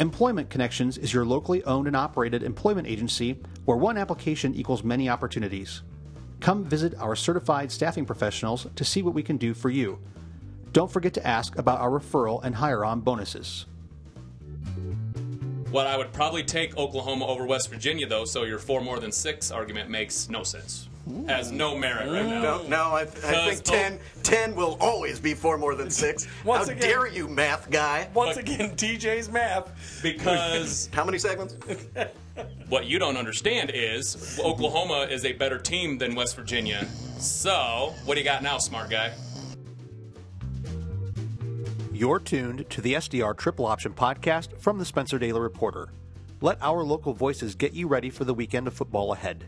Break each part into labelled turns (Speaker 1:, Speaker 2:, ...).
Speaker 1: Employment Connections is your locally owned and operated employment agency where one application equals many opportunities. Come visit our certified staffing professionals to see what we can do for you. Don't forget to ask about our referral and hire on bonuses.
Speaker 2: Well, I would probably take Oklahoma over West Virginia, though, so your four more than six argument makes no sense. Has no merit right now.
Speaker 3: Oh.
Speaker 4: No, no, I, I
Speaker 2: Because-
Speaker 4: think 10, 10 will always be four more than six.
Speaker 3: Once
Speaker 4: How
Speaker 3: again-
Speaker 4: dare you, math guy?
Speaker 3: Once again, DJ's map.
Speaker 2: Because
Speaker 4: How many segments?
Speaker 2: what you don't understand is Oklahoma is a better team than West Virginia. So, what do you got now, smart guy?
Speaker 1: You're tuned to the SDR Triple Option podcast from the Spencer Daily Reporter. Let our local voices get you ready for the weekend of football ahead.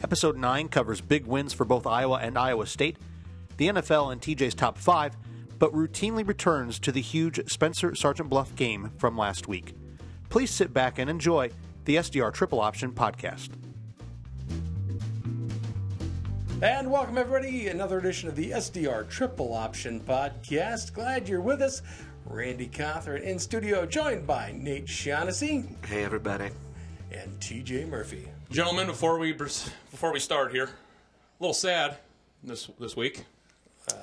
Speaker 1: Episode 9 covers big wins for both Iowa and Iowa State, the NFL and TJ's top 5, but routinely returns to the huge Spencer Sergeant Bluff game from last week. Please sit back and enjoy the SDR Triple Option podcast.
Speaker 3: And welcome, everybody. Another edition of the SDR Triple Option Podcast. Glad you're with us. Randy Cawthorn in studio, joined by Nate Shaughnessy
Speaker 4: Hey, everybody.
Speaker 3: and TJ Murphy.
Speaker 2: Gentlemen, before we pers- before we start here, a little sad this this week. Um,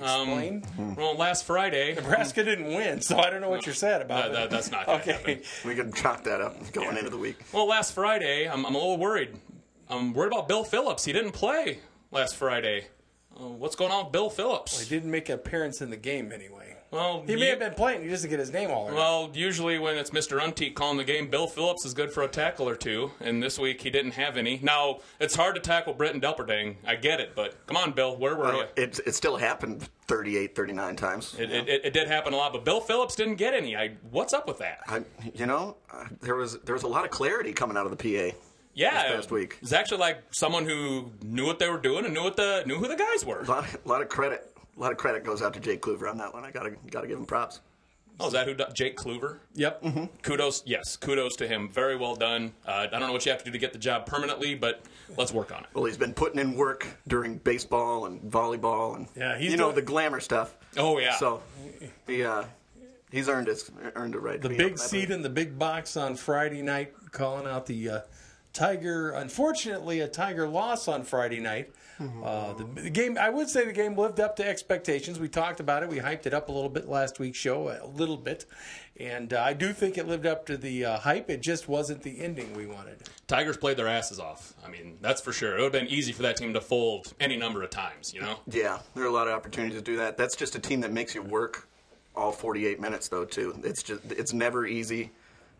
Speaker 3: Explain.
Speaker 2: Well, last Friday,
Speaker 3: Nebraska didn't win, so I don't know what you're sad about.
Speaker 2: That- that- that's not gonna
Speaker 3: okay.
Speaker 2: happen.
Speaker 4: We can chalk that up going into the week.
Speaker 2: well, last Friday, I'm, I'm a little worried. I'm worried about Bill Phillips. He didn't play last Friday. Uh, what's going on with Bill Phillips?
Speaker 3: He didn't make an appearance in the game anyway.
Speaker 2: Well,
Speaker 3: He may
Speaker 2: you-
Speaker 3: have been playing. He doesn't get his name all around.
Speaker 2: Well, usually when it's Mr. Unteak calling the game, Bill Phillips is good for a tackle or two, and this week he didn't have any. Now, it's hard to tackle Britton Delperdang. I get it, but come on, Bill, where were you?
Speaker 4: It, it still happened 38, 39 times.
Speaker 2: It, it, it, it did happen a lot, but Bill Phillips didn't get any. I, what's up with that?
Speaker 4: I, you know, uh, there was there was a lot of clarity coming out of the PA.
Speaker 2: yeah,
Speaker 4: this past week.
Speaker 2: It's actually like someone who knew what they were doing and knew what the knew who the guys were.
Speaker 4: A lot, a lot of credit. A lot of credit goes out to Jake Kluver on that one. I gotta gotta give him props.
Speaker 2: Oh, is that who? do- Jake Kluver.
Speaker 3: yep. Mm-hmm.
Speaker 2: Kudos, yes, kudos to him. Very well done. Uh, I don't know what you have to do to get the job permanently, but let's work on it.
Speaker 4: Well, he's been putting in work during baseball and volleyball and
Speaker 3: Yeah, he's
Speaker 4: you know
Speaker 3: doing-
Speaker 4: the glamour stuff.
Speaker 2: Oh, yeah.
Speaker 4: So he uh, he's earned his earned a right.
Speaker 3: The big seat in the big box on Friday night, calling out the uh, Tiger. Unfortunately, a Tiger loss on Friday night. Uh, the, the game, I would say, the game lived up to expectations. We talked about it. We hyped it up a little bit last week's show, a little bit, and uh, I do think it lived up to the uh, hype. It just wasn't the ending we wanted.
Speaker 2: Tigers played their asses off. I mean, that's for sure. It would have been easy for that team to fold any number of times, you know?
Speaker 4: Yeah, there are a lot of opportunities to do that. That's just a team that makes you work all 48 minutes, though. Too, it's just it's never easy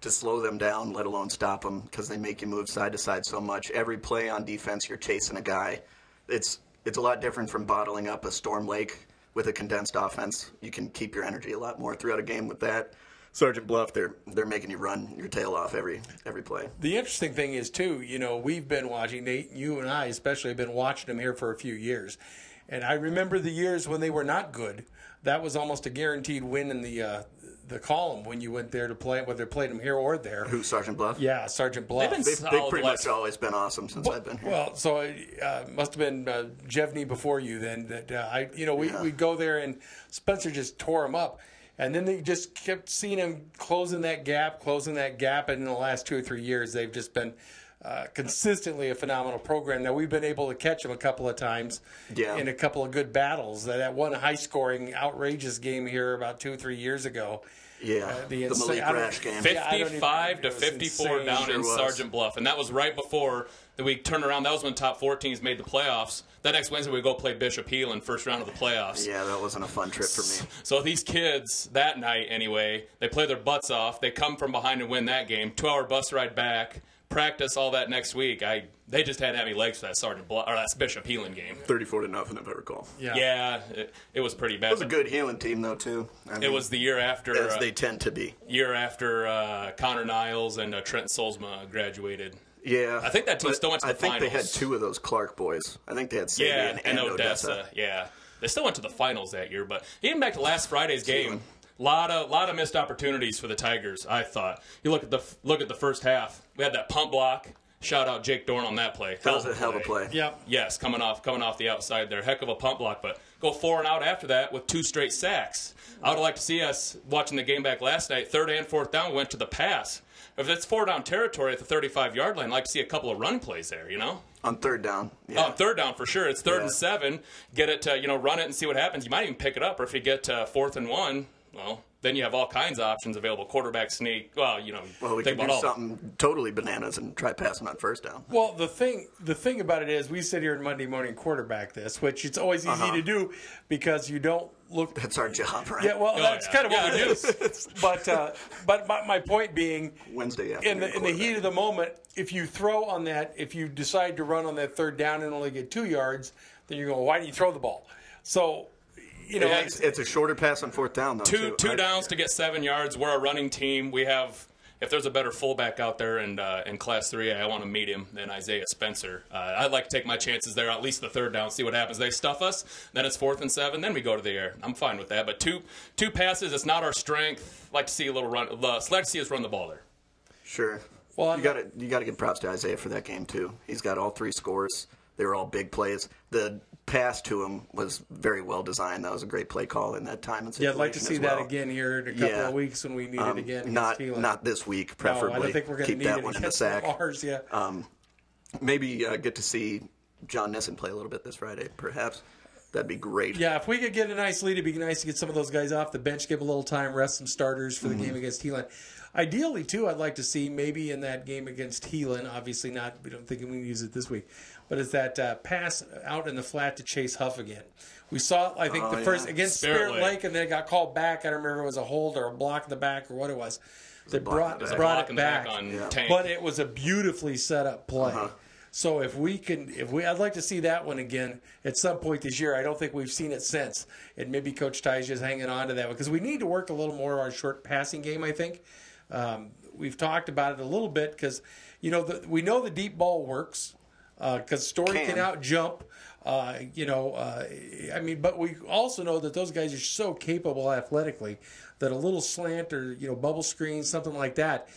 Speaker 4: to slow them down, let alone stop them, because they make you move side to side so much. Every play on defense, you're chasing a guy. It's it's a lot different from bottling up a storm lake with a condensed offense. You can keep your energy a lot more throughout a game with that. Sergeant Bluff, they're they're making you run your tail off every every play.
Speaker 3: The interesting thing is too, you know, we've been watching Nate, you and I especially have been watching him here for a few years, and I remember the years when they were not good. That was almost a guaranteed win in the uh, the column when you went there to play, whether played him here or there.
Speaker 4: Who Sergeant Bluff?
Speaker 3: Yeah, Sergeant Bluff.
Speaker 2: They've been
Speaker 4: they've, they've
Speaker 2: Solid
Speaker 4: pretty
Speaker 2: left.
Speaker 4: much always been awesome since I've been here.
Speaker 3: Well, so uh, must have been uh, Jevney before you then. That uh, I, you know, we we go there and Spencer just tore him up, and then they just kept seeing him closing that gap, closing that gap, and in the last two or three years, they've just been. Uh, consistently a phenomenal program. Now we've been able to catch them a couple of times
Speaker 4: Yeah.
Speaker 3: in a couple of good battles. That, that one high-scoring, outrageous game here about two or three years ago.
Speaker 4: yeah,
Speaker 3: uh, the
Speaker 4: the,
Speaker 3: insa-
Speaker 4: Malik
Speaker 3: I don't-
Speaker 4: Rash game.
Speaker 3: Yeah, I don't even-
Speaker 2: 55 to
Speaker 3: it was
Speaker 2: 54
Speaker 3: insane.
Speaker 2: down
Speaker 4: Sure
Speaker 2: in
Speaker 4: was.
Speaker 2: Sergeant Bluff. And that was right before that we turned around. That was when top four teams made the playoffs. That next Wednesday, we go play Bishop Hill in first round of the playoffs.
Speaker 4: Yeah, that wasn't a fun trip for me.
Speaker 2: So these kids that night, anyway, they play their butts off. They come from behind and win that game. Two-hour bus ride back, practice all that next week. I they just had heavy legs for that Sergeant Bluff or that Bishop Heelan game.
Speaker 4: 34 to nothing, if I recall.
Speaker 3: Yeah.
Speaker 2: Yeah, it, it was pretty bad.
Speaker 4: It was a good healing team, though, too. I mean,
Speaker 2: It was the year after
Speaker 4: as
Speaker 2: uh,
Speaker 4: they tend to be.
Speaker 2: year after uh, Connor Niles and uh, Trent Solzma graduated.
Speaker 4: Yeah,
Speaker 2: I think that team
Speaker 4: But
Speaker 2: still went to
Speaker 4: I
Speaker 2: the
Speaker 4: think they had
Speaker 2: finals.
Speaker 4: two of those Clark boys. I think they had Sadie
Speaker 2: Yeah,
Speaker 4: and,
Speaker 2: and Odessa. Yeah, they still went to the finals that year. But even back to last Friday's game, lot of lot of missed opportunities for the Tigers. I thought you look at the look at the first half. We had that pump block. Shout out Jake Dorn on that play.
Speaker 4: That was a hell of a play.
Speaker 3: Yep.
Speaker 2: Yes, coming off coming off the outside there, heck of a pump block. But go four and out after that with two straight sacks. I would like to see us watching the game back last night. Third and fourth down went to the pass. If it's four down territory at the 35 yard line, I'd like to see a couple of run plays there. You know.
Speaker 4: on third down. Yeah.
Speaker 2: Oh, on third down for sure. It's third and
Speaker 4: Yeah.
Speaker 2: seven. Get it, uh, you know, run it and see what happens. You might even pick it up, or if you get uh, fourth and one, well, then you have all kinds of options available. Quarterback sneak. Well, you know,
Speaker 4: well, we
Speaker 2: think
Speaker 4: could
Speaker 2: about
Speaker 4: do
Speaker 2: all.
Speaker 4: something totally bananas and try passing on first down.
Speaker 3: Well, the thing the thing about it is, we sit here in Monday morning and quarterback this, which it's always easy
Speaker 2: Uh-huh.
Speaker 3: to do because you don't look
Speaker 4: That's our job, right?
Speaker 3: Yeah, well,
Speaker 2: Oh,
Speaker 3: that's
Speaker 2: yeah.
Speaker 3: kind of what
Speaker 2: Yeah,
Speaker 3: it
Speaker 2: it
Speaker 3: is. but uh, but my, my point being,
Speaker 4: Wednesday
Speaker 3: in
Speaker 4: afternoon.
Speaker 3: the in the heat of the moment, if you throw on that, if you decide to run on that third down and only get two yards, then you're going, why do you throw the ball? So, you know,
Speaker 4: quarterback. it's, it's a shorter pass on fourth down though.
Speaker 2: Two
Speaker 4: too.
Speaker 2: two
Speaker 4: I-
Speaker 2: downs to get seven yards. We're a running team. We have. If there's a better fullback out there in, uh, in Class 3A, I want to meet him than Isaiah Spencer. Uh, I'd like to take my chances there, at least the third down, see what happens. They stuff us, then it's fourth and seven, then we go to the air. I'm fine with that. But two two passes, it's not our strength. like to see a little run. Uh, like to see us run the ball there.
Speaker 4: Sure.
Speaker 3: Well,
Speaker 4: Well,
Speaker 3: I'm
Speaker 4: you got to you got to give props to Isaiah for that game too. He's got all three scores. They were all big plays. The pass to him was very well designed. That was a great play call in that time. And
Speaker 3: yeah, I'd like to
Speaker 4: situation
Speaker 3: see
Speaker 4: as
Speaker 3: that
Speaker 4: well.
Speaker 3: again here in a couple
Speaker 4: Yeah. Um,
Speaker 3: of weeks when we need it again. against
Speaker 4: Not
Speaker 3: Thielen.
Speaker 4: not this week,
Speaker 3: no,
Speaker 4: preferably.
Speaker 3: I don't think we're going to
Speaker 4: keep
Speaker 3: need
Speaker 4: that
Speaker 3: it
Speaker 4: one in the
Speaker 3: against
Speaker 4: sack.
Speaker 3: Ours, yeah.
Speaker 4: Maybe uh, get to see John Nissen play a little bit this Friday, perhaps. That'd be great.
Speaker 3: Yeah, if we could get a nice lead, it'd be nice to get some of those guys off the bench, give a little time, rest some starters for the game against Heelan. Ideally, too, I'd like to see maybe in that game against Heelan, obviously not, we don't think we can use it this week, but it's that uh, pass out in the flat to Chase Huff again. We saw, I think, the
Speaker 4: Oh,
Speaker 3: first
Speaker 4: yeah.
Speaker 3: against Spirit,
Speaker 2: Spirit
Speaker 3: Lake.
Speaker 2: Lake.
Speaker 3: and then it got called back. I don't remember if it was a hold or a block in the back or what it was. They
Speaker 4: block in
Speaker 3: brought,
Speaker 4: the back.
Speaker 3: brought
Speaker 2: Block
Speaker 3: it
Speaker 2: in the back
Speaker 3: back.
Speaker 2: on Tank.
Speaker 3: But it was a beautifully set up play. So if we can, if we, I'd like to see that one again at some point this year. I don't think we've seen it since, and maybe Coach Ty's just hanging on to that one because we need to work a little more on short passing game. I think um, we've talked about it a little bit because you know the, we know the deep ball works because Story can,
Speaker 4: Can.
Speaker 3: out jump. Uh, you know, uh, I mean, but we also know that those guys are so capable athletically that a little slant or you know bubble screen, something like that,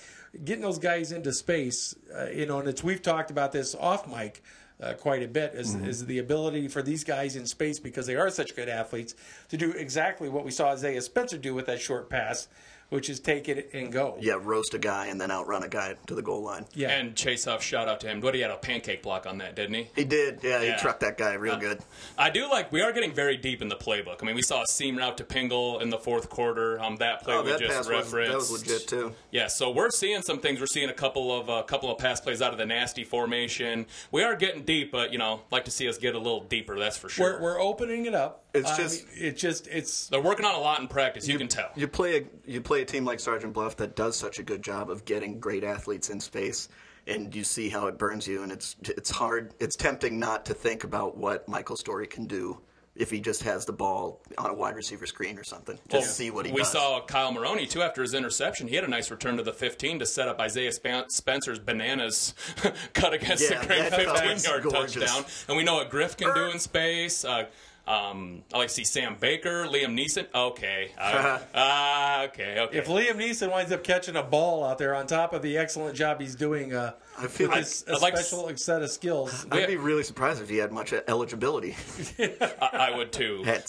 Speaker 3: getting those guys into space. Uh, you know, and it's we've talked about this off mic. Uh, quite a bit is,
Speaker 4: Mm-hmm.
Speaker 3: is the ability for these guys in space because they are such good athletes to do exactly what we saw Isaiah Spencer do with that short pass, which is take it and go.
Speaker 4: Yeah, roast a guy and then outrun a guy to the goal line.
Speaker 3: Yeah.
Speaker 2: And Chase Huff, shout out to him. What he had a pancake block on that, didn't he?
Speaker 4: He did. Yeah,
Speaker 2: Yeah.
Speaker 4: he trucked that guy real good.
Speaker 2: I do like. We are getting very deep in the playbook. I mean, we saw a seam route to Pingle in the fourth quarter. Um, that play
Speaker 4: Oh,
Speaker 2: we
Speaker 4: that
Speaker 2: just
Speaker 4: pass was,
Speaker 2: referenced.
Speaker 4: that was legit too.
Speaker 2: Yeah, so we're seeing some things. We're seeing a couple of a couple of pass plays out of the nasty formation. We are getting deep, but you know, like to see us get a little deeper. That's for sure.
Speaker 3: We're, we're opening it up.
Speaker 4: It's
Speaker 3: I
Speaker 4: just-
Speaker 3: mean, it just it's
Speaker 2: They're working on a lot in practice. You, can tell.
Speaker 4: You play a you play a team like Sergeant Bluff that does such a good job of getting great athletes in space, and you see how it burns you, and it's it's hard. It's tempting not to think about what Michael Story can do if he just has the ball on a wide receiver screen or something. Just see what he
Speaker 2: we
Speaker 4: does.
Speaker 2: saw Kyle Maroney too after his interception. He had a nice return to the 15 to set up Isaiah Span- Spencer's bananas cut against
Speaker 4: Yeah,
Speaker 2: the great
Speaker 4: that cut
Speaker 2: 15
Speaker 4: was
Speaker 2: yard
Speaker 4: gorgeous.
Speaker 2: touchdown. And we know what Griff can do in space. Uh, um, I like to see Sam Baker, Liam Neeson. Okay, uh, ah, okay, okay.
Speaker 3: if Liam Neeson winds up catching a ball out there on top of the excellent job he's doing uh,
Speaker 4: I feel
Speaker 3: with
Speaker 4: like-
Speaker 3: his
Speaker 2: I'd like to
Speaker 3: special set of skills.
Speaker 4: I'd be really surprised if he had much uh, eligibility
Speaker 2: I, I would too.
Speaker 4: at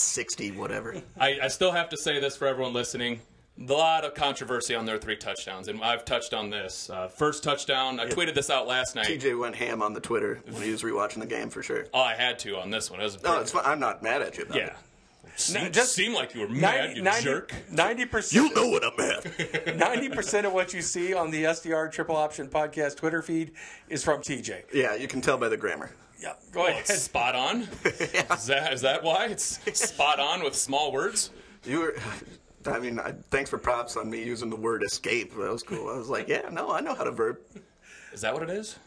Speaker 4: sixty, whatever.
Speaker 2: I, I still have to say this for everyone listening. A lot of controversy on their three touchdowns, and I've touched on this. Uh, first touchdown, I tweeted this out last night.
Speaker 4: TJ went ham on the Twitter when he was rewatching the game for sure.
Speaker 2: Oh, I had to on this one. It was
Speaker 4: No, Oh, it's fine. I'm not mad at you. About
Speaker 2: Yeah.
Speaker 4: it.
Speaker 2: Seem,
Speaker 3: just-
Speaker 2: seem like you were mad, you jerk.
Speaker 3: percent
Speaker 4: know what I'm at.
Speaker 3: ninety percent of what you see on the SDR Triple Option Podcast Twitter feed is from TJ.
Speaker 4: yeah, you can tell by the grammar.
Speaker 3: Yeah, go
Speaker 2: Well,
Speaker 3: ahead.
Speaker 2: it's spot on. is, that, is that why it's spot on with small words?
Speaker 4: You were. I mean, I, thanks for props on me using the word escape. That was cool. I was like, yeah, no, I know how to verb.
Speaker 2: Is that what it is?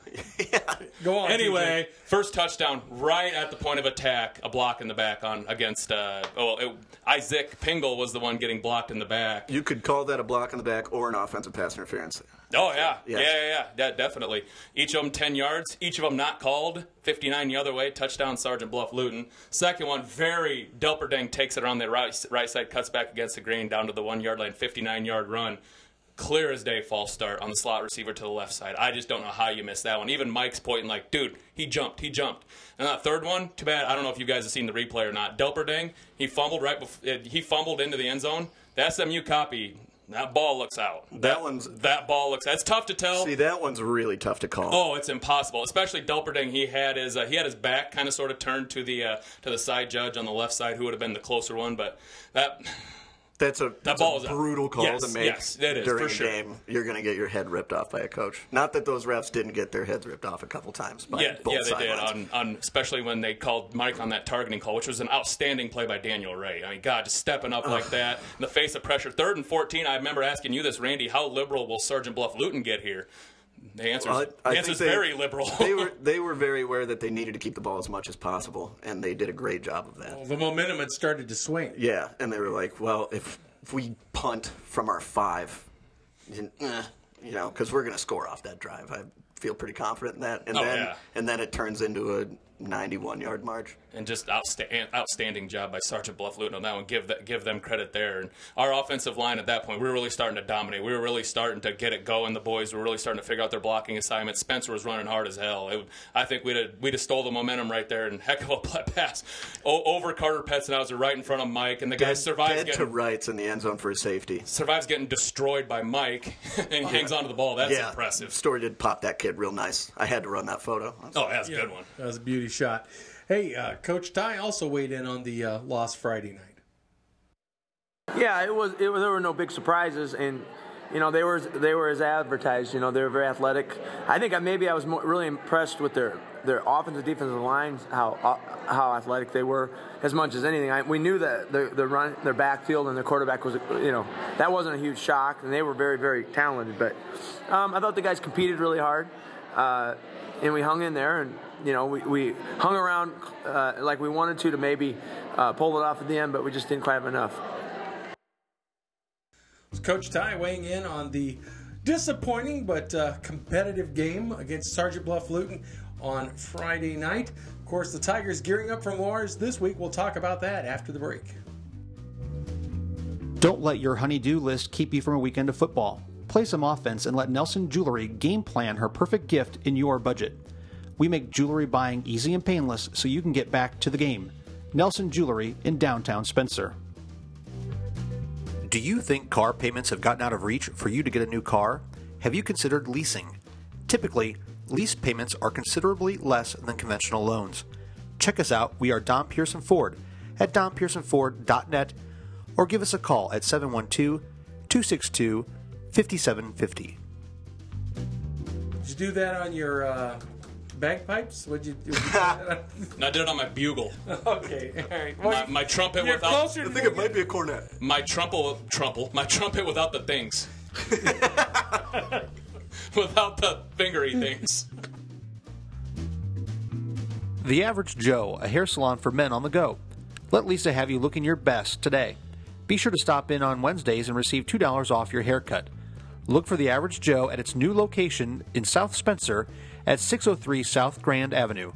Speaker 3: Go on.
Speaker 2: Anyway, first touchdown right at the point of attack, a block in the back on against. Uh, oh, it, Isaac Pingle was the one getting blocked in the back.
Speaker 4: You could call that a block in the back or an offensive pass interference.
Speaker 2: Oh yeah, yeah,
Speaker 4: Yes.
Speaker 2: yeah, yeah, yeah, definitely. Each of them ten yards. Each of them not called. Fifty-nine the other way. Touchdown, Sergeant Bluff Luton. Second one, very Delperdang takes it around the right, right side, cuts back against the green, down to the one-yard line. Fifty-nine yard run. clear as day false start on the slot receiver to the left side. I just don't know how you missed that one. Even Mike's pointing like, dude, he jumped, he jumped. And that third one, too bad. I don't know if you guys have seen the replay or not. Delperding, he fumbled right before he fumbled into the end zone. That's SMU copy. That ball looks out. That,
Speaker 4: one's-
Speaker 2: that ball looks. That's tough to tell.
Speaker 4: See, that one's really tough to call.
Speaker 2: Oh, it's impossible. Especially Delperding. He had his uh, he had his back kind of sort of turned to the uh, to the side judge on the left side, who would have been the closer one. But that
Speaker 4: That's a, that's
Speaker 2: ball
Speaker 4: a
Speaker 2: is out.
Speaker 4: brutal call
Speaker 2: Yes,
Speaker 4: to make
Speaker 2: yes, it is,
Speaker 4: during
Speaker 2: for
Speaker 4: a
Speaker 2: sure.
Speaker 4: game. You're going to get your head ripped off by a coach. Not that those refs didn't get their heads ripped off a couple times by
Speaker 2: yeah
Speaker 4: both
Speaker 2: yeah they did Um,
Speaker 4: sidelines.
Speaker 2: on, on especially when they called Mike on that targeting call, which was an outstanding play by Daniel Ray. I mean, God, just stepping up like that in the face of pressure. Third and fourteen. I remember asking you this, Randy. How liberal will Sergeant Bluff Luton get here? The answer
Speaker 4: Well, I- I think
Speaker 2: is
Speaker 4: they-
Speaker 2: very liberal.
Speaker 4: they were they were very aware that they needed to keep the ball as much as possible, and they did a great job of that.
Speaker 3: The momentum had started to swing.
Speaker 4: Yeah, and they were like, well, if, if we punt from our five, then, eh, you know, because we're going to score off that drive. I feel pretty confident in that. And
Speaker 2: Oh,
Speaker 4: then
Speaker 2: yeah.
Speaker 4: and then it turns into a 91 yard march.
Speaker 2: and just outsta- outstanding job by Sergeant Bluff Luton on that one. Give that, give them credit there. And our offensive line at that point, we were really starting to dominate. We were really starting to get it going. The boys were really starting to figure out their blocking assignments. Spencer was running hard as hell. It, I think we'd have, we'd have stole the momentum right there and heck of a pl- pass o- over Carter Petzenhauser right in front of Mike, and the guy survives
Speaker 4: Dead to
Speaker 2: getting.
Speaker 4: rights in the end zone for his safety.
Speaker 2: Survives getting destroyed by Mike and hangs onto the ball. That's
Speaker 4: Oh, yeah,
Speaker 2: impressive.
Speaker 4: Story did pop that kid real nice. I had to run that photo.
Speaker 2: Oh, that's a good one.
Speaker 3: That was a beauty shot. Hey, uh, Coach Ty also weighed in on the uh, loss Friday night.
Speaker 5: Yeah, it was. It was. There were no big surprises, and you know they were they were as advertised. You know they were very athletic. I think I, maybe I was more, really impressed with their their offensive defensive lines, how uh, how athletic they were, as much as anything. I, we knew that the the run, their backfield, and their quarterback was you know that wasn't a huge shock, and they were very very talented. But um, I thought the guys competed really hard. Uh, and we hung in there and you know we, we hung around uh, like we wanted to to maybe uh, pull it off at the end but we just didn't quite have enough
Speaker 3: Coach Ty weighing in on the disappointing but uh, competitive game against Sergeant Bluff Luton on Friday night. Of course, the Tigers gearing up from Lars this week. We'll talk about that after the break.
Speaker 1: Don't let your honey-do list keep you from a weekend of football. Play some offense and let Nelson Jewelry game plan her perfect gift in your budget. We make jewelry buying easy and painless so you can get back to the game. Nelson Jewelry in downtown Spencer. Do you think car payments have gotten out of reach for you to get a new car? Have you considered leasing? Typically, lease payments are considerably less than conventional loans. Check us out. We are Don Pearson Ford at donpearsonford.net or give us a call at 712 262 5750.
Speaker 3: Did you do that on your uh, bagpipes? Would you? Would you do that
Speaker 2: And I did it on my bugle,
Speaker 3: on- okay, all right. Well,
Speaker 2: my, my trumpet
Speaker 3: you're
Speaker 2: without
Speaker 3: closer to
Speaker 4: it might be a cornet.
Speaker 2: My trumpet, trumple, my trumpet without the things, without the fingery things.
Speaker 1: The Average Joe, a hair salon for men on the go. Let Lisa have you looking your best today. Be sure to stop in on Wednesdays and receive $2 off your haircut. Look for The Average Joe at its new location in South Spencer at 603 South Grand Avenue.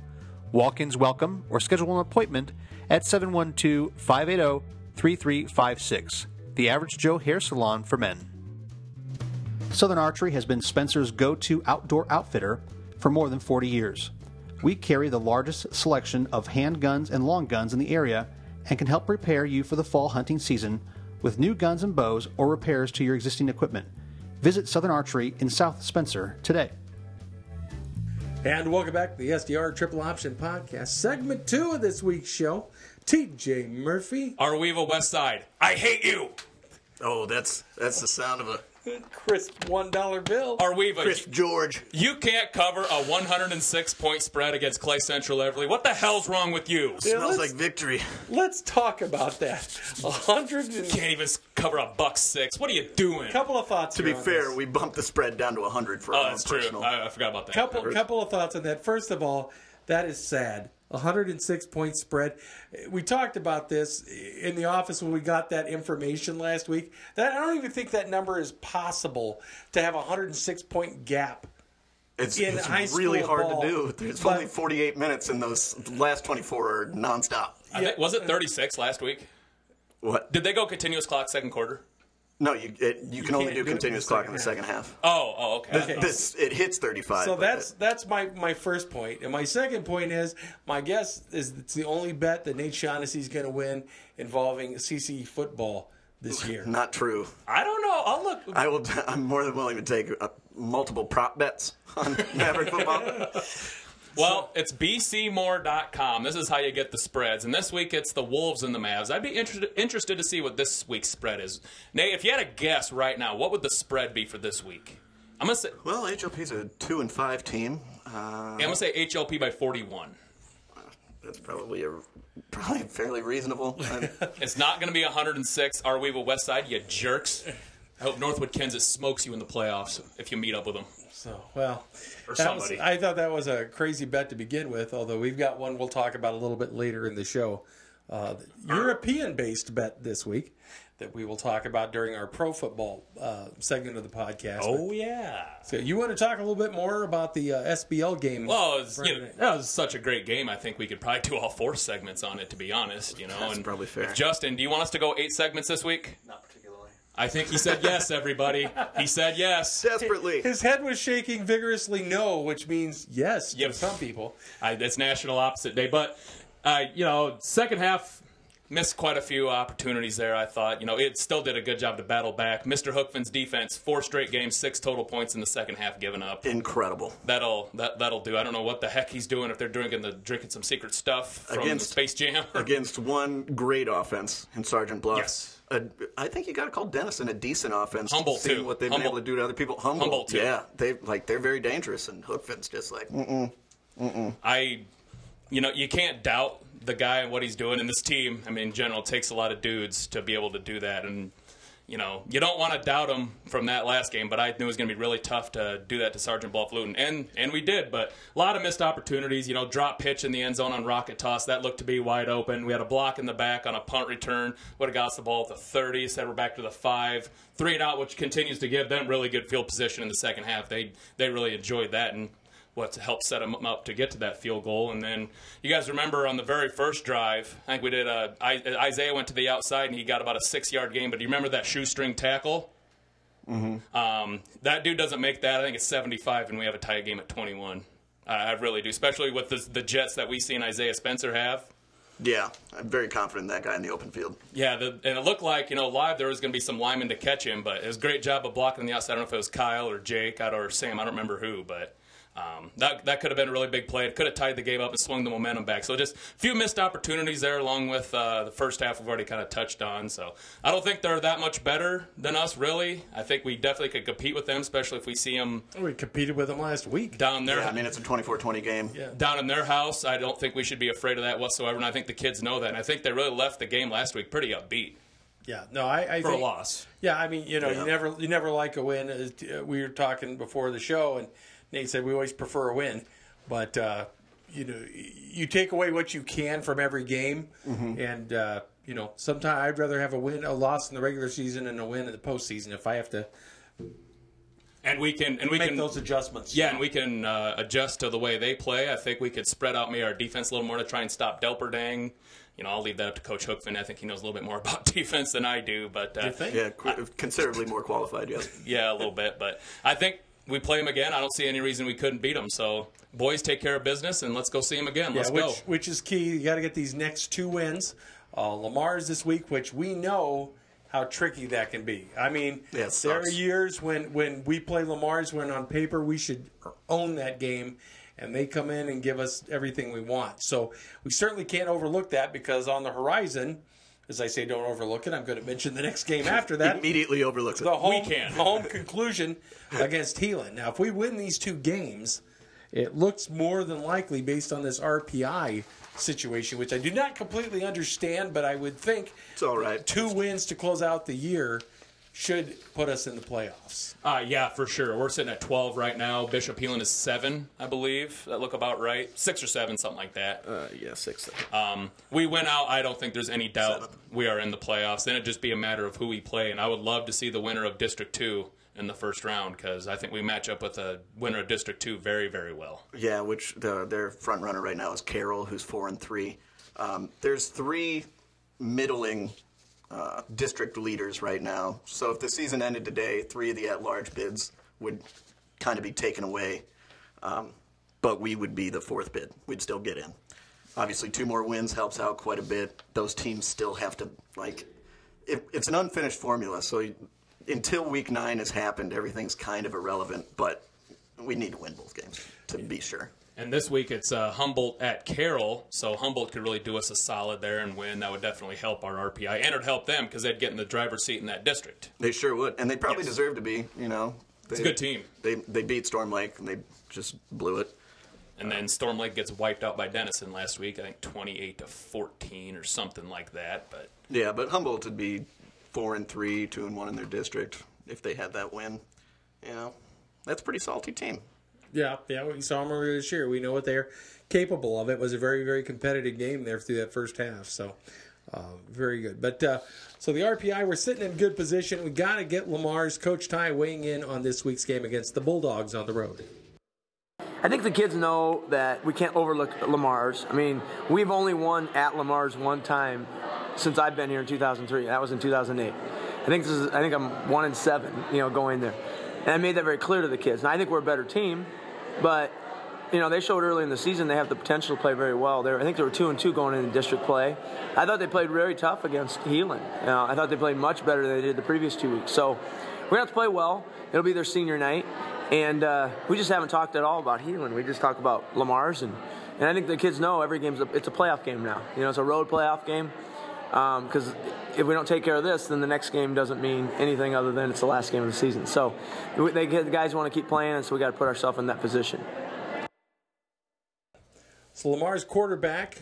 Speaker 1: Walk ins welcome or schedule an appointment at 712 580 3356. The Average Joe Hair Salon for Men. Southern Archery has been Spencer's go to outdoor outfitter for more than 40 years. We carry the largest selection of handguns and long guns in the area and can help prepare you for the fall hunting season with new guns and bows or repairs to your existing equipment. Visit Southern Archery in South Spencer today.
Speaker 3: And welcome back to the SDR Triple Option Podcast, segment two of this week's show. TJ Murphy,
Speaker 2: Our Weeva West Side. I hate you.
Speaker 4: Oh, that's that's the sound of a
Speaker 3: crisp one dollar bill.
Speaker 2: Our Weeva.
Speaker 4: Chris George.
Speaker 2: You can't cover a 106 point spread against Clay Central Everly. What the hell's wrong with you? You
Speaker 4: Smells
Speaker 3: let's-
Speaker 4: like victory.
Speaker 3: Let's talk about that. A hundred and
Speaker 2: can't even s- cover a buck six. What are you doing?
Speaker 3: couple of thoughts.
Speaker 4: To be fair, we bumped the spread down to 100 for
Speaker 2: oh,
Speaker 4: our own
Speaker 2: that's true.
Speaker 4: personal.
Speaker 2: I, I forgot about that.
Speaker 3: couple couple of thoughts on that. First of all, that is sad. 106 point spread. We talked about this in the office when we got that information last week. That I don't even think that number is possible to have a 106 point gap.
Speaker 4: It's,
Speaker 3: in
Speaker 4: it's
Speaker 3: high
Speaker 4: really
Speaker 3: school
Speaker 4: hard
Speaker 3: ball,
Speaker 4: to do. There's
Speaker 3: but-
Speaker 4: only 48 minutes, and those last 24 are nonstop.
Speaker 2: I think- was it 36 last week?
Speaker 4: What?
Speaker 2: Did they go continuous clock second quarter?
Speaker 4: No, you it, you, can only do
Speaker 3: can't do it in the
Speaker 4: continuous
Speaker 3: second
Speaker 4: clock in the
Speaker 3: half.
Speaker 4: second half.
Speaker 2: Oh, oh, okay.
Speaker 3: Okay.
Speaker 4: This it hits 35.
Speaker 3: So
Speaker 4: but
Speaker 3: that's
Speaker 4: it-
Speaker 3: that's my my first point, and my second point is my guess is it's the only bet that Nate Shaughnessy's going to win involving CC football this year.
Speaker 4: not true.
Speaker 2: I don't know. I'll look.
Speaker 4: I will. I'm more than willing to take uh, multiple prop bets on Maverick football.
Speaker 2: Well, it's bcmore.com. This is how you get the spreads. And this week it's the Wolves and the Mavs. I'd be interested interested to see what this week's spread is. Nate, if you had a guess right now, what would the spread be for this week? I'm gonna say
Speaker 4: Well, HLP's a two and five team. Uh,
Speaker 2: I'm gonna say HLP by 41.
Speaker 4: that's probably a probably fairly reasonable. And
Speaker 2: It's not gonna be 106. Are we a West Side? You jerks. I hope Northwood Kansas smokes you in the playoffs if you meet up with them.
Speaker 3: So well,
Speaker 2: Or
Speaker 3: that was-
Speaker 2: somebody.
Speaker 3: I thought that was a crazy bet to begin with. Although we've got one we'll talk about a little bit later in the show, uh, European-based bet this week that we will talk about during our pro football uh, segment of the podcast.
Speaker 2: Oh.
Speaker 3: But-
Speaker 2: yeah.
Speaker 3: so you want to talk a little bit more about the uh, SBL game?
Speaker 2: Well, Oh, it's, you know, that was such a great game. I think we could probably do all four segments on it, to be honest. You know,
Speaker 4: That's
Speaker 2: and
Speaker 4: probably fair.
Speaker 2: if Justin, do you want us to go eight segments this week?
Speaker 4: not particularly.
Speaker 2: I think he said yes, everybody. He said yes.
Speaker 4: Desperately.
Speaker 3: His head was shaking vigorously no, which means yes
Speaker 2: Yep.
Speaker 3: for some people.
Speaker 2: I, it's National Opposite Day, but uh, you know, second half missed quite a few opportunities there. I thought, you know, it still did a good job to battle back. Mr. Hookman's defense, four straight games, six total points in the second half given up.
Speaker 4: Incredible.
Speaker 2: That'll that, that'll do. I don't know what the heck he's doing if they're drinking the drinking some secret stuff from
Speaker 4: Against-
Speaker 2: the Space Jam.
Speaker 4: Against one great offense in Sergeant Bluff.
Speaker 2: Yes.
Speaker 4: A, I think you got to call Dennison a decent offense.
Speaker 2: Humble,
Speaker 4: seeing
Speaker 2: too.
Speaker 4: what they've been
Speaker 2: Humble.
Speaker 4: able to do to other people. Humble,
Speaker 2: Humble, too.
Speaker 4: Yeah, they like they're very dangerous, and Hookfin's just like mm-mm.
Speaker 2: I, you know, you can't doubt the guy and what he's doing in this team. I mean, in general, it takes a lot of dudes to be able to do that, and you know, you don't want to doubt him from that last game. But I knew it was going to be really tough to do that to Sergeant Bluff Luton, and and we did. But a lot of missed opportunities. You know, drop pitch in the end zone on rocket toss that looked to be wide open. We had a block in the back on a punt return. Would have got us the ball at the thirty. Said we're back to the five, three and out, which continues to give them really good field position in the second half. They they really enjoyed that and what to help set them up to get to that field goal. And then you guys remember on the very first drive, I think we did a I, Isaiah went to the outside and he got about a six yard gain. But do you remember that shoestring tackle? Um, that dude doesn't make that. I think it's 75, and we have a tie game at 21. I, I really do, especially with the, the Jets that we see and Isaiah Spencer have.
Speaker 4: yeah. I'm very confident in that guy in the open field.
Speaker 2: Yeah, the, and it looked like you know live there was going to be some linemen to catch him, but it was a great job of blocking the outside. I don't know if it was Kyle or Jake I don't- or Sam. I don't remember who, but um, that that could have been a really big play. It could have tied the game up and swung the momentum back. So just a few missed opportunities there, along with uh, the first half we've already kind of touched on. So I don't think they're that much better than us, really. I think we definitely could compete with them, especially if we see them
Speaker 3: We competed with them last week.
Speaker 2: down there
Speaker 4: Yeah, I mean it's a 24-20 game. Yeah.
Speaker 2: down in their house. I don't think we should be afraid of that whatsoever, and I think the kids know that. And I think they really left the game last week pretty upbeat
Speaker 3: Yeah, no, I, I
Speaker 2: for a
Speaker 3: think,
Speaker 2: loss.
Speaker 3: Yeah, I mean, you know,
Speaker 4: Yeah.
Speaker 3: you never you never like a win. As, uh, We were talking before the show, and Nate said we always prefer a win, but uh, you know, y- you take away what you can from every game, and uh, you know, sometimes I'd rather have a win, a loss in the regular season, and a win in the postseason if I have to
Speaker 2: and we can and we
Speaker 3: make
Speaker 2: can
Speaker 3: those adjustments.
Speaker 2: yeah, and we can uh, adjust to the way they play. I think we could spread out maybe our defense a little more to try and stop Delperdang. You know, I'll leave that up to Coach Hookman. I think he knows a little bit more about defense than I do, but uh,
Speaker 4: qu- considerably more qualified. Yes.
Speaker 2: yeah, a little bit. But I think we play him again. I don't see any reason we couldn't beat him. So, boys, take care of business and let's go see him again. Let's
Speaker 3: which,
Speaker 2: go.
Speaker 3: which is key. You got to get these next two wins. Uh, Lamar's this week, which we know how tricky that can be. I mean,
Speaker 4: Yeah, it
Speaker 3: there are
Speaker 4: sucks.
Speaker 3: years when, when we play Lamar's when on paper we should own that game, and they come in and give us everything we want. So we certainly can't overlook that because on the horizon, as I say, don't overlook it. I'm going to mention the next game after that.
Speaker 4: Immediately overlooks it.
Speaker 3: the home,
Speaker 2: can.
Speaker 3: home conclusion against Heelan. Now, if we win these two games, it looks more than likely based on this RPI situation, which I do not completely understand, but I would think
Speaker 4: It's all right.
Speaker 3: two wins to close out the year should put us in the playoffs.
Speaker 2: Uh, yeah, for sure. We're sitting at 12 right now. Bishop Heelan is seven, I believe. That look about right. Six or seven, something like that.
Speaker 4: Uh, yeah, six.
Speaker 2: we went out. I don't think there's any doubt we are in the playoffs. Then it'd just be a matter of who we play. And I would love to see the winner of District 2 in the first round because I think we match up with the winner of District 2 very, very well.
Speaker 4: Yeah, which the, their front runner right now is Carroll, who's four and three. Um, there's three middling uh, district leaders right now. So if the season ended today, three of the at-large bids would kind of be taken away, um, but we would be the fourth bid. We'd still get in. Obviously, two more wins helps out quite a bit. Those teams still have to like. It, it's an unfinished formula, so you, until week nine has happened, everything's kind of irrelevant. But we need to win both games to be sure.
Speaker 2: And this week it's uh, Humboldt at Carroll, so Humboldt could really do us a solid there and win. That would definitely help our RPI, and it'd help them because they'd get in the driver's seat in that district.
Speaker 4: They sure would, and they probably deserve to be. You know, they,
Speaker 2: It's a good team.
Speaker 4: They they beat Storm Lake and they just blew it.
Speaker 2: And then Storm Lake gets wiped out by Denison last week, I think twenty-eight to fourteen or something like that. But
Speaker 4: Yeah, but Humboldt would be four and three, two and one in their district if they had that win. You know, that's a pretty salty team.
Speaker 3: Yeah, yeah, we saw them earlier this year. We know what they're capable of. It was a very, very competitive game there through that first half. So, uh, very good. But uh, so the RPI, we're sitting in good position. We got to get Lamar's coach Ty weighing in on this week's game against the Bulldogs on the road.
Speaker 5: I think the kids know that we can't overlook Lamar's. I mean, we've only won at Lamar's one time since I've been here in 2003. That was in 2008. I think this is. I think I'm one in seven. You know, going there, and I made that very clear to the kids. And I think we're a better team, but you know they showed early in the season they have the potential to play very well. They were, I think they were two and two going into district play. I thought they played very tough against Healing. Uh, I thought they played much better than they did the previous two weeks. So we're gonna have to play well. It'll be their senior night, and uh, we just haven't talked at all about Healing. We just talk about Lamar's, and, and I think the kids know every game's a, it's a playoff game now. You know, it's a road playoff game. Because if we don't take care of this, then the next game doesn't mean anything other than it's the last game of the season. So we- they, the guys want to keep playing, and so we got to put ourselves in that position.
Speaker 3: So Lamar's quarterback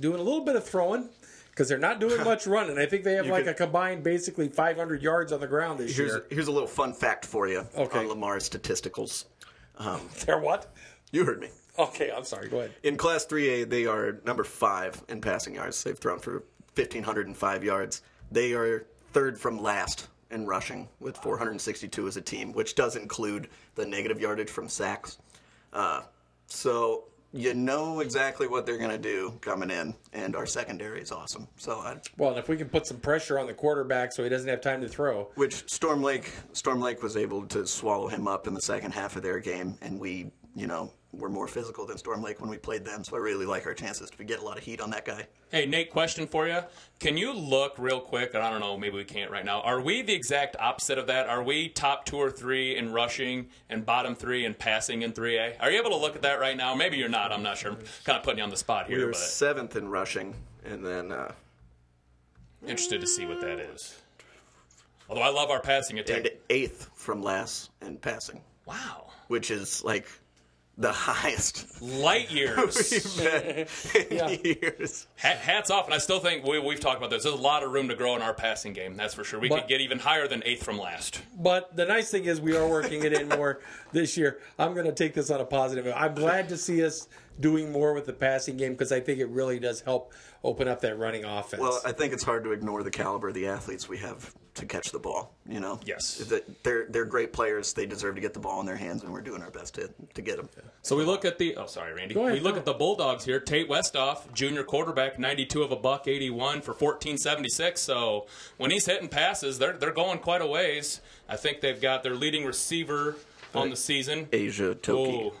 Speaker 3: doing a little bit of throwing because they're not doing much running. I think they have
Speaker 4: You
Speaker 3: like
Speaker 4: could-
Speaker 3: a combined basically 500 yards on the ground this
Speaker 4: Here's
Speaker 3: year.
Speaker 4: here's a little fun fact for you
Speaker 3: Okay.
Speaker 4: on Lamar's statisticals.
Speaker 3: They're what?
Speaker 4: You heard me.
Speaker 3: Okay, I'm sorry. Go ahead.
Speaker 4: In Class 3A, they are number five in passing yards. They've thrown for 1,505 yards. They are third from last in rushing with 462 as a team, which does include the negative yardage from sacks. Uh, so you know exactly what they're going to do coming in, and our secondary is awesome. So, I,
Speaker 3: Well, and if we can put some pressure on the quarterback so he doesn't have time to throw.
Speaker 4: which Storm Lake, Storm Lake was able to swallow him up in the second half of their game, and we, you know, were more physical than Storm Lake when we played them. So I really like our chances to get a lot of heat on that guy.
Speaker 2: hey, Nate, question for you: Can you look real quick? And I don't know, maybe we can't right now. Are we the exact opposite of that? Are we top two or three in rushing and bottom three in passing in three A? Are you able to look at that right now? Maybe you're not. I'm not sure. I'm kind of putting you on the spot
Speaker 4: We
Speaker 2: here,
Speaker 4: were
Speaker 2: but
Speaker 4: seventh in rushing, and then uh,
Speaker 2: interested to see what that is. Although I love our passing attack.
Speaker 4: and eighth from last in passing,
Speaker 2: Wow.
Speaker 4: which is like the highest
Speaker 2: Light years.
Speaker 4: we've been in years.
Speaker 2: Ha- hats off. And I still think we, we've talked about this. There's a lot of room to grow in our passing game. That's for sure. We
Speaker 3: But-
Speaker 2: could get even higher than eighth from last.
Speaker 3: But the nice thing is we are working it in more this year. I'm going to take this on a positive. I'm glad to see us doing more with the passing game because I think it really does help open up that running offense.
Speaker 4: Well, I think it's hard to ignore the caliber of the athletes we have to catch the ball. You know,
Speaker 2: Yes.
Speaker 4: The- they're they're great players. They deserve to get the ball in their hands, and we're doing our best to to get them.
Speaker 2: So we look at the. Oh, sorry, Randy.
Speaker 3: ahead,
Speaker 2: we
Speaker 3: go
Speaker 2: look at the Bulldogs here. Tate Westoff, junior quarterback, 92 of a buck, 81 for 1476. So when he's hitting passes, they're, they're going quite a ways. I think they've got their leading receiver on the season.
Speaker 4: Asia Toki.
Speaker 2: Oh,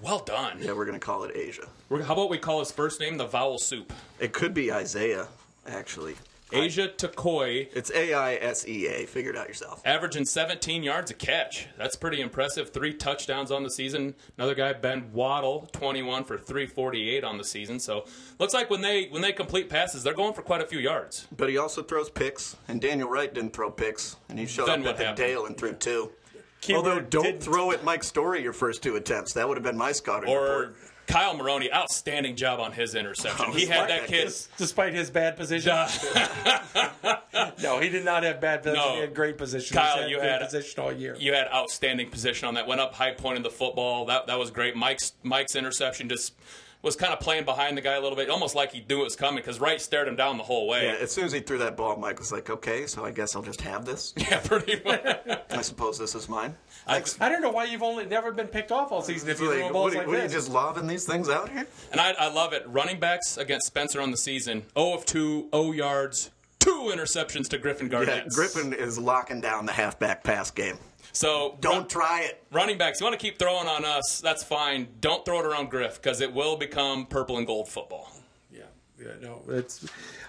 Speaker 2: well done.
Speaker 4: Yeah, we're gonna call it Asia.
Speaker 2: We're- How about we call his first name the vowel soup?
Speaker 4: It could be Isaiah, actually.
Speaker 2: Asia Takoi
Speaker 4: It's A I S E A. Figure it out yourself.
Speaker 2: averaging 17 yards a catch. That's pretty impressive. Three touchdowns on the season. Another guy, Ben Waddle, 21 for 348 on the season. So looks like when they when they complete passes, they're going for quite a few yards.
Speaker 4: But he also throws picks, and Daniel Wright didn't throw picks, and he showed
Speaker 2: Then
Speaker 4: up
Speaker 2: what
Speaker 4: at the
Speaker 2: happened?
Speaker 4: Dale and threw two.
Speaker 3: Keyword
Speaker 4: Although, don't
Speaker 3: didn't.
Speaker 4: throw at Mike Story your first two attempts. That would have been my scouting
Speaker 2: Or
Speaker 4: report.
Speaker 2: Kyle Maroney, outstanding job on his interception.
Speaker 4: Oh,
Speaker 2: he had
Speaker 4: smart
Speaker 2: that
Speaker 4: guy.
Speaker 2: kid.
Speaker 3: despite his bad position. no, he did not have bad position.
Speaker 2: No.
Speaker 3: He had great position.
Speaker 2: Kyle,
Speaker 3: He's had
Speaker 2: you
Speaker 3: good
Speaker 2: had-
Speaker 3: position all year.
Speaker 2: You had outstanding position on that. Went up, high pointed the football. That that was great. Mike's Mike's interception just was kind of playing behind the guy a little bit, almost like he knew it was coming because Wright stared him down the whole way.
Speaker 4: Yeah, as soon as he threw that ball, Mike was like, okay, so I guess I'll just have this.
Speaker 2: yeah pretty much.
Speaker 4: I suppose this is mine. Thanks.
Speaker 3: I don't know why you've only never been picked off all season if
Speaker 4: Like,
Speaker 3: you throw
Speaker 4: what,
Speaker 3: balls
Speaker 4: are you-
Speaker 3: like
Speaker 4: what are you
Speaker 3: this.
Speaker 4: just lobbing these things out here?
Speaker 2: oh And I, I love it. Running backs against Spencer on the season 0 of 2, 0 yards, two interceptions to Griffin
Speaker 4: Yeah,
Speaker 2: Garnett.
Speaker 4: Griffin is locking down the halfback pass game.
Speaker 2: So
Speaker 4: Don't try it.
Speaker 2: running backs, you want to keep throwing on us, that's fine. Don't throw it around Griff because it will become purple and gold football.
Speaker 3: Yeah, yeah, no, it's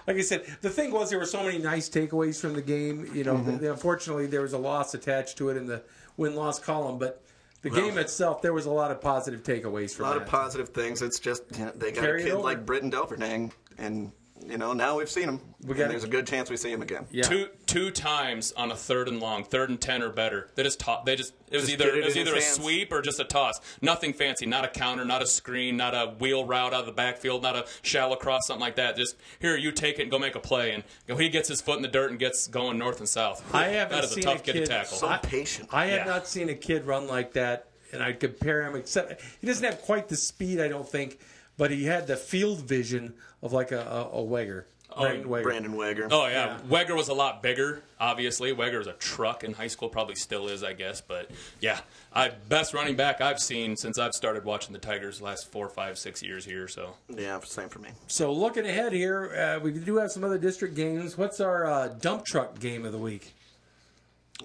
Speaker 3: like I said. The thing was, there were so many nice takeaways from the game. You know,
Speaker 4: Mm-hmm.
Speaker 3: the- unfortunately, there was a loss attached to it in the win-loss column, but the game itself, there was a lot of positive takeaways
Speaker 4: A
Speaker 3: from
Speaker 4: lot
Speaker 3: that.
Speaker 4: of positive things. It's just you know, they got
Speaker 3: Carry it
Speaker 4: a kid
Speaker 3: over.
Speaker 4: like Britton Delverdang, and you know now we've seen him. And
Speaker 3: gotta-
Speaker 4: there's a good chance we see him again.
Speaker 3: yeah.
Speaker 2: Two two times on a third and long, third and ten or better. They just taught. They just it was
Speaker 4: Just
Speaker 2: either
Speaker 4: get it
Speaker 2: it, was
Speaker 4: in
Speaker 2: either a
Speaker 4: his hands.
Speaker 2: sweep or just a toss. Nothing fancy. Not a counter. Not a screen. Not a wheel route out of the backfield. Not a shallow cross. Something like that. Just here, you take it and go make a play. And you know, he gets his foot in the dirt and gets going north and south.
Speaker 3: I haven't
Speaker 2: that is
Speaker 3: seen
Speaker 2: a tough
Speaker 3: a
Speaker 2: kid to
Speaker 3: kid
Speaker 2: tackle.
Speaker 4: So patient.
Speaker 3: I have
Speaker 2: Yeah.
Speaker 3: not seen a kid run like that, and I'd compare him. Except he doesn't have quite the speed, I don't think, but he had the field vision of like a a, a Weger, Brandon Weger.
Speaker 4: Oh, Brandon Wager.
Speaker 2: Oh yeah. Wegger was a lot bigger. Obviously, Wegger was a truck in high school. Probably still is, I guess. But yeah, I best running back I've seen since I've started watching the Tigers the last four, five, six years here. So
Speaker 4: Yeah, same for me.
Speaker 3: So looking ahead here, uh, we do have some other district games. What's our uh, dump truck game of the week?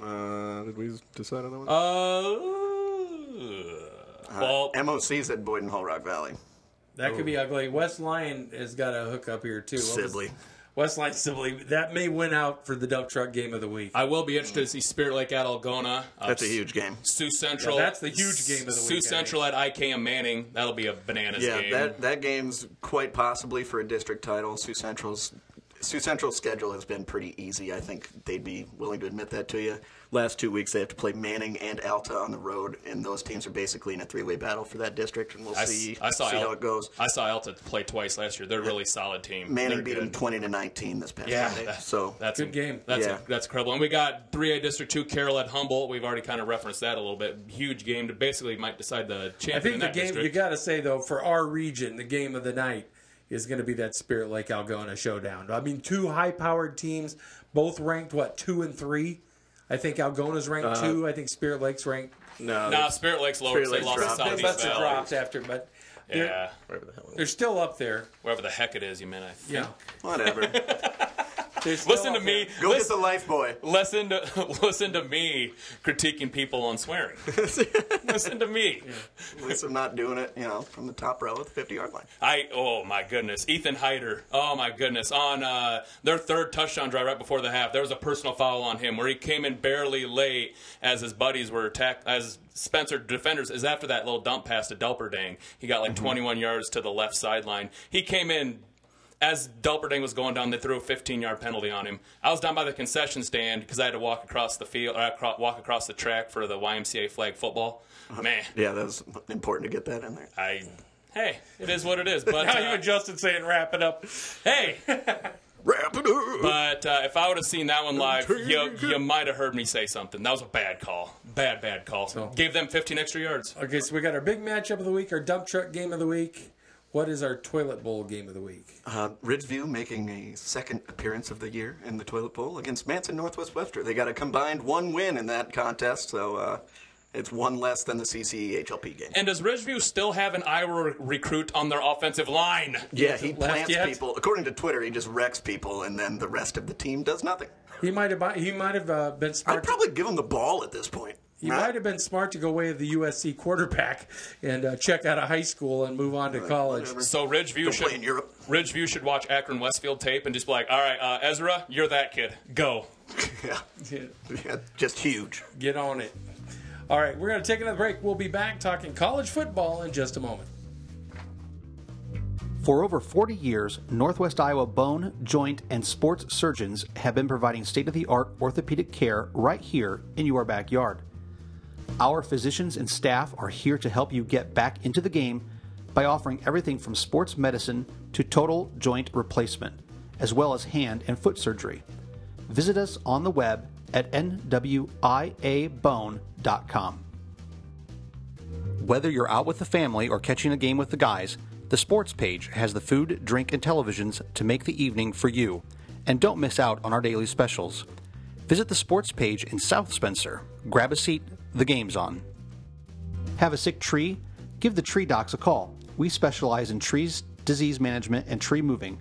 Speaker 4: Uh, did we decide on that one?
Speaker 2: uh,
Speaker 4: Uh,
Speaker 2: well,
Speaker 4: MOC's at Boyden Hall Rock Valley.
Speaker 3: That could be
Speaker 2: Oh.
Speaker 3: ugly. West Lyon has got a hookup here too. What was-
Speaker 4: Sibley.
Speaker 3: West Lyon Sibley. That may win out for the dump truck game of the week.
Speaker 2: I will be interested to see Spirit Lake at Algona. Uh,
Speaker 4: That's a huge game.
Speaker 2: Sioux Central.
Speaker 3: Yeah, that's the huge game of the
Speaker 2: Sioux
Speaker 3: week, I
Speaker 2: Central at IKM Manning. That'll be a bananas
Speaker 4: Yeah,
Speaker 2: game.
Speaker 4: that that game's quite possibly for a district title. Sioux Central's Sioux Central's schedule has been pretty easy. I think they'd be willing to admit that to you. Last two weeks they have to play Manning and Alta on the road, and those teams are basically in a three way battle for that district. And we'll
Speaker 2: I, s-
Speaker 4: see
Speaker 2: I saw
Speaker 4: see
Speaker 2: Al-
Speaker 4: how it goes.
Speaker 2: I saw Alta play twice last year. They're a really solid team.
Speaker 4: Manning
Speaker 2: They're
Speaker 4: beat
Speaker 2: good.
Speaker 4: them twenty to nineteen this past
Speaker 2: Yeah,
Speaker 4: Sunday.
Speaker 2: that-
Speaker 4: so
Speaker 2: That's
Speaker 3: Good
Speaker 2: a-
Speaker 3: game.
Speaker 2: That's
Speaker 4: Yeah.
Speaker 2: a, that's incredible. And we got 3A District 2 Carroll at Humboldt. We've already kind of referenced that a little bit. Huge game to basically might decide the champion.
Speaker 3: I
Speaker 2: in
Speaker 3: think the
Speaker 2: that
Speaker 3: game
Speaker 2: district.
Speaker 3: you got to say though for our region, the game of the night is going to be that Spirit Lake Algona showdown. I mean, two high-powered teams, both ranked what two and three. I think Algona's ranked
Speaker 2: Uh,
Speaker 3: two. I think Spirit Lake's ranked.
Speaker 4: no,
Speaker 2: Nah, Spirit Lake's lower. 'cause
Speaker 4: Spirit
Speaker 2: They
Speaker 4: Lake's
Speaker 2: lost to
Speaker 4: dropped.
Speaker 2: Southeast
Speaker 4: They
Speaker 3: That's
Speaker 4: must
Speaker 3: a
Speaker 4: have
Speaker 2: Valley.
Speaker 3: dropped after, but they're,
Speaker 2: Yeah,
Speaker 4: whatever the hell. it was.
Speaker 3: they're still up there.
Speaker 2: wherever the heck it is, you mean. I think.
Speaker 3: Yeah,
Speaker 4: Whatever.
Speaker 3: They're still
Speaker 2: Listen to
Speaker 3: up
Speaker 2: me.
Speaker 4: Go get
Speaker 2: listen,
Speaker 4: the life boy.
Speaker 2: listen to listen to me critiquing people on swearing. listen to me.
Speaker 4: At least I'm not doing it, you know, from the top row of the 50 yard line.
Speaker 2: I oh my goodness, Ethan Hyder. Oh my goodness, on uh, their third touchdown drive right before the half, there was a personal foul on him where he came in barely late as his buddies were attacked. As Spencer defenders is after that little dump pass to Delperdang, he got like 21 yards to the left sideline. He came in as Delperding was going down, they threw a 15-yard penalty on him. I was down by the concession stand because I had to walk across the field, or I cro- walk across the track for the YMCA flag football. Man,
Speaker 4: Yeah, that was important to get that in there.
Speaker 2: I hey, it is what it is. But
Speaker 3: How you
Speaker 2: uh,
Speaker 3: and Justin saying wrap it up?
Speaker 2: hey,
Speaker 4: Wrap it up.
Speaker 2: but uh, if I would have seen that one live,
Speaker 4: Okay.
Speaker 2: you, you might have heard me say something. That was a bad call, bad bad call. Gave them 15 extra yards.
Speaker 3: Okay, so we got our big matchup of the week, our dump truck game of the week. What is our toilet bowl game of the week?
Speaker 4: Uh, Ridgeview making a second appearance of the year in the toilet bowl against Manson Northwest Webster. They got a combined one win in that contest, so uh, it's one less than the CCE HLP game.
Speaker 2: And does Ridgeview still have an Iowa recruit on their offensive line?
Speaker 4: yeah, he
Speaker 3: left
Speaker 4: plants
Speaker 3: yet?
Speaker 4: people. According to Twitter, he just wrecks people, and then the rest of the team does nothing.
Speaker 3: He might have he might have uh, been
Speaker 4: I'd
Speaker 3: smart. to-
Speaker 4: probably give him the ball at this point.
Speaker 3: He
Speaker 4: Nah,
Speaker 3: might have been smart to go away of the USC quarterback and uh, check out of high school and move on to college.
Speaker 4: whatever.
Speaker 2: So Ridgeview
Speaker 4: Go
Speaker 2: should
Speaker 4: play in Europe.
Speaker 2: Ridgeview should watch Akron Westfield tape and just be like, all right, uh, Ezra, you're that kid. Go.
Speaker 4: Yeah.
Speaker 3: Yeah,
Speaker 4: yeah, just huge.
Speaker 3: Get on it. All right, we're going to take another break. We'll be back talking college football in just a moment.
Speaker 1: For over 40 years, Northwest Iowa bone, joint, and sports surgeons have been providing state of the art orthopedic care right here in your backyard. Our physicians and staff are here to help you get back into the game by offering everything from sports medicine to total joint replacement, as well as hand and foot surgery. Visit us on the web at nwiabone.com. Whether you're out with the family or catching a game with the guys, the sports page has the food, drink, and televisions to make the evening for you. And don't miss out on our daily specials. Visit the sports page in South Spencer. Grab a seat, the game's on. Have a sick tree? Give the tree docs a call. We specialize in trees, disease management, and tree moving.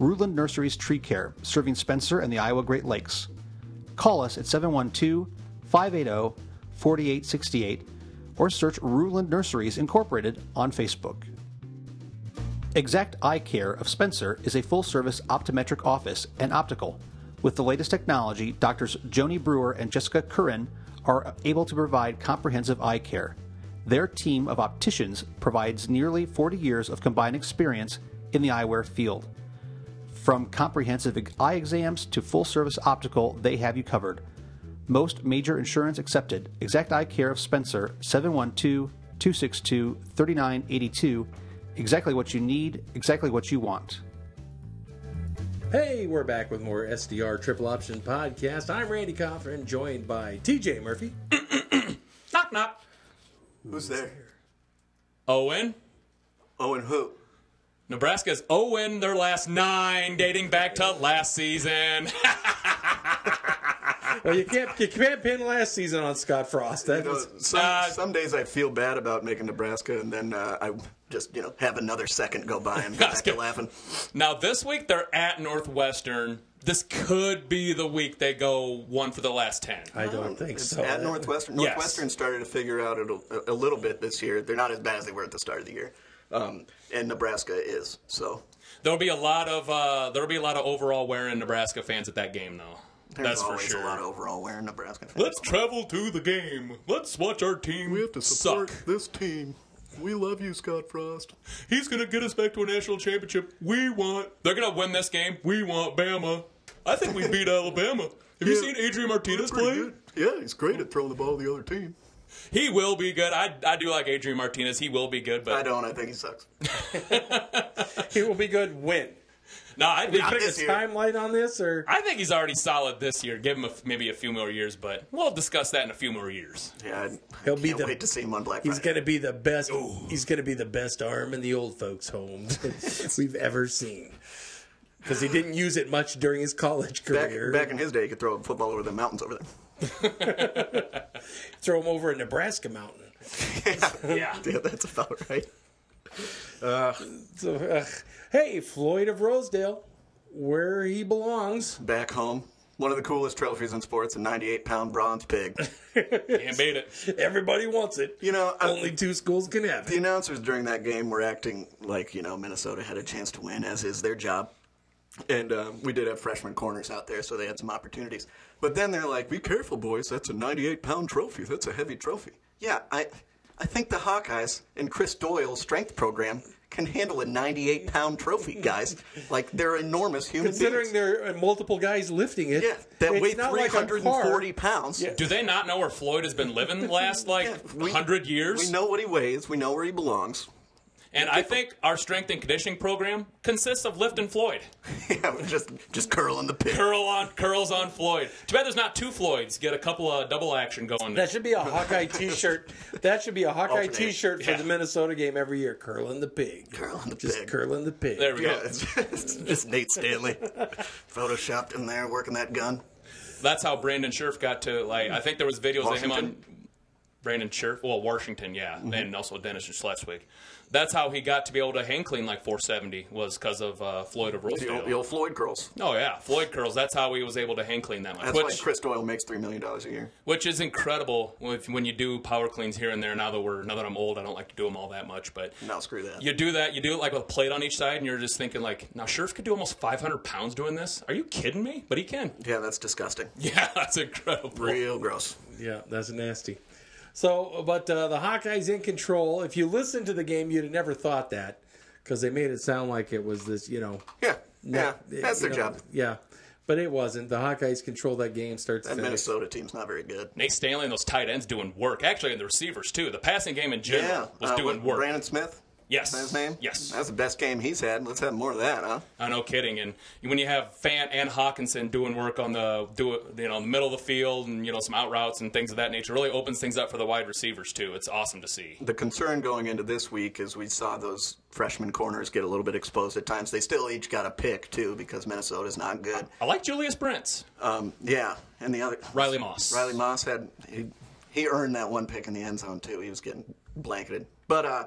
Speaker 1: Ruland Nurseries Tree Care, serving Spencer and the Iowa Great Lakes. Call us at 712 580 4868 or search Ruland Nurseries Incorporated on Facebook. Exact Eye Care of Spencer is a full service optometric office and optical. With the latest technology, doctors Joni Brewer and Jessica Curran are able to provide comprehensive eye care. Their team of opticians provides nearly 40 years of combined experience in the eyewear field. From comprehensive eye exams to full service optical, they have you covered. Most major insurance accepted. Exact Eye Care of Spencer, 712 262 3982. Exactly what you need, exactly what you want.
Speaker 3: Hey, we're back with more SDR Triple Option Podcast. I'm Randy Coffin, joined by TJ Murphy.
Speaker 2: Knock knock.
Speaker 4: Who's there?
Speaker 2: Owen.
Speaker 4: Oh, and who?
Speaker 2: Nebraska's 0 their last nine, dating back to last season.
Speaker 3: Well, you can't you can't pin last season on Scott Frost. That
Speaker 4: You know,
Speaker 3: was
Speaker 4: some,
Speaker 2: uh,
Speaker 4: some days I feel bad about making Nebraska, and then uh, I just you know have another second go by and get back to laughing.
Speaker 2: now this week they're at Northwestern. This could be the week they go one for the last ten.
Speaker 3: I don't think
Speaker 4: It's
Speaker 3: so.
Speaker 4: At Northwestern,
Speaker 2: Yes.
Speaker 4: Northwestern started to figure out it a, a little bit this year. They're not as bad as they were at the start of the year, um, and Nebraska is. So
Speaker 2: There'll be a lot of uh, there'll be a lot of overall wearing Nebraska fans at that game though.
Speaker 4: there's
Speaker 2: That's for
Speaker 4: always
Speaker 2: sure.
Speaker 4: a lot of overall wearing Nebraska. Fans.
Speaker 2: Let's travel to the game. Let's watch our team suck.
Speaker 4: this team. We love you, Scott Frost.
Speaker 2: He's gonna get us back to a national championship. We want. They're gonna win this game. We want Bama. I think we beat Alabama. Have you
Speaker 4: Yeah.
Speaker 2: seen Adrian Martinez play?
Speaker 4: Yeah, he's great at throwing the ball to the other team.
Speaker 2: He will be good. I, I do like Adrian Martinez. He will be good,
Speaker 4: I
Speaker 2: but
Speaker 4: don't. I think he sucks.
Speaker 3: He will be good when.
Speaker 2: no, I think,
Speaker 3: Put
Speaker 4: this
Speaker 3: a
Speaker 4: year.
Speaker 3: timeline on this, or
Speaker 2: I think he's already solid this year. Give him a f maybe a few more years, but we'll discuss that in a few more years.
Speaker 4: Yeah, I,
Speaker 3: He'll
Speaker 4: He'll
Speaker 3: be
Speaker 4: be can't
Speaker 3: the-
Speaker 4: wait to see him on Black Friday.
Speaker 3: he's going to be the best. He's going to be the best arm in the old folks' home that we've ever seen. Because he didn't use it much during his college
Speaker 4: back,
Speaker 3: career.
Speaker 4: back in his day, he could throw a football over the mountains over there.
Speaker 3: Throw him over a Nebraska mountain.
Speaker 2: Yeah.
Speaker 4: Yeah, that's about right.
Speaker 3: So, uh, hey, Floyd of Rosedale, where he belongs.
Speaker 4: Back home, one of the coolest trophies in sports, a 98-pound bronze pig.
Speaker 2: Can't beat it.
Speaker 3: Everybody wants it.
Speaker 4: You know, I-
Speaker 3: only two schools can have it.
Speaker 4: the announcers during that game were acting like you know Minnesota had a chance to win, as is their job. And um, we did have freshman corners out there, so they had some opportunities. But then they're like, "Be careful, boys. That's a 98-pound trophy. That's a heavy trophy." Yeah, I, I think the Hawkeyes and Chris Doyle's strength program can handle a 98-pound trophy, guys. Like they're enormous human beings.
Speaker 3: Considering there are multiple guys lifting it,
Speaker 4: yeah, that
Speaker 3: it's
Speaker 4: weigh
Speaker 3: not like a
Speaker 4: 340
Speaker 3: car.
Speaker 4: pounds.
Speaker 3: Yeah.
Speaker 2: Do they not know where Floyd has been living the last like
Speaker 4: Yeah, we-
Speaker 2: hundred years?
Speaker 4: We know what he weighs. We know where he belongs.
Speaker 2: And I think our strength and conditioning program consists of lift and Floyd.
Speaker 4: yeah, we're just just curling the pig.
Speaker 2: Curl on curls on Floyd. Too bad there's not two Floyds. Get a couple of double action going.
Speaker 3: That should be a Hawkeye T-shirt. That should be a Hawkeye
Speaker 4: Alternate.
Speaker 3: T-shirt for
Speaker 2: Yeah.
Speaker 3: the Minnesota game every year. Curling the pig.
Speaker 4: Curling the
Speaker 3: Just
Speaker 4: pig.
Speaker 3: curling the pig.
Speaker 2: there we
Speaker 4: Yeah,
Speaker 2: go.
Speaker 4: it's, it's just Nate Stanley photoshopped in there working that gun.
Speaker 2: That's how Brandon Scherf got to like. I think there was videos of him on
Speaker 4: Washington? Mm-hmm.
Speaker 2: Brandon Scherf, well Washington, yeah, and also Dennis and Schleswig. That's how he got to be able to hang clean like 470 was because of uh, Floyd of
Speaker 4: The old, the
Speaker 2: Rosedale.
Speaker 4: old Floyd girls.
Speaker 2: Oh yeah, Floyd curls. That's how he was able to hang clean that much,
Speaker 4: That's why
Speaker 2: which
Speaker 4: Chris Doyle makes three million dollars a year.
Speaker 2: which is incredible if, when you do power cleans here and there. Now that we're now that I'm old, I don't like to do them all that much, but
Speaker 4: No, screw that.
Speaker 2: you do that. You do it like with a plate on each side, and you're just thinking like, now Scherf could do almost 500 pounds doing this. Are you kidding me? But he can.
Speaker 4: Yeah, that's disgusting.
Speaker 2: Yeah, that's incredible.
Speaker 4: Real gross.
Speaker 3: Yeah, that's nasty. So, but uh, the Hawkeyes in control. If you listened to the game, you'd have never thought that because they made it sound like it was this, you know.
Speaker 4: Yeah, yeah,
Speaker 3: it-
Speaker 4: that's their
Speaker 3: you know,
Speaker 4: job.
Speaker 3: Yeah, but it wasn't. The Hawkeyes controlled that game start to
Speaker 4: That
Speaker 3: finish.
Speaker 4: Minnesota team's not very good.
Speaker 2: Nate Stanley and those tight ends doing work. Actually, and the receivers too. The passing game in general
Speaker 4: Yeah,
Speaker 2: was
Speaker 4: uh,
Speaker 2: doing
Speaker 4: what,
Speaker 2: work.
Speaker 4: Brandon Smith.
Speaker 2: Yes.
Speaker 4: Is that his name?
Speaker 2: Yes.
Speaker 4: That's the best game he's had. Let's have more of that, huh?
Speaker 2: I Uh, no kidding. And when you have Fant and Hawkinson doing work on the do it, you know, in the middle of the field and you know some out routes and things of that nature, really opens things up for the wide receivers too. It's awesome to see.
Speaker 4: The concern going into this week is we saw those freshman corners get a little bit exposed at times. They still each got a pick too because Minnesota's not good.
Speaker 2: I like Julius Brents,
Speaker 4: Um, yeah, and the other
Speaker 2: Riley Moss.
Speaker 4: Riley Moss had he, he earned that one pick in the end zone too. He was getting blanketed, but uh,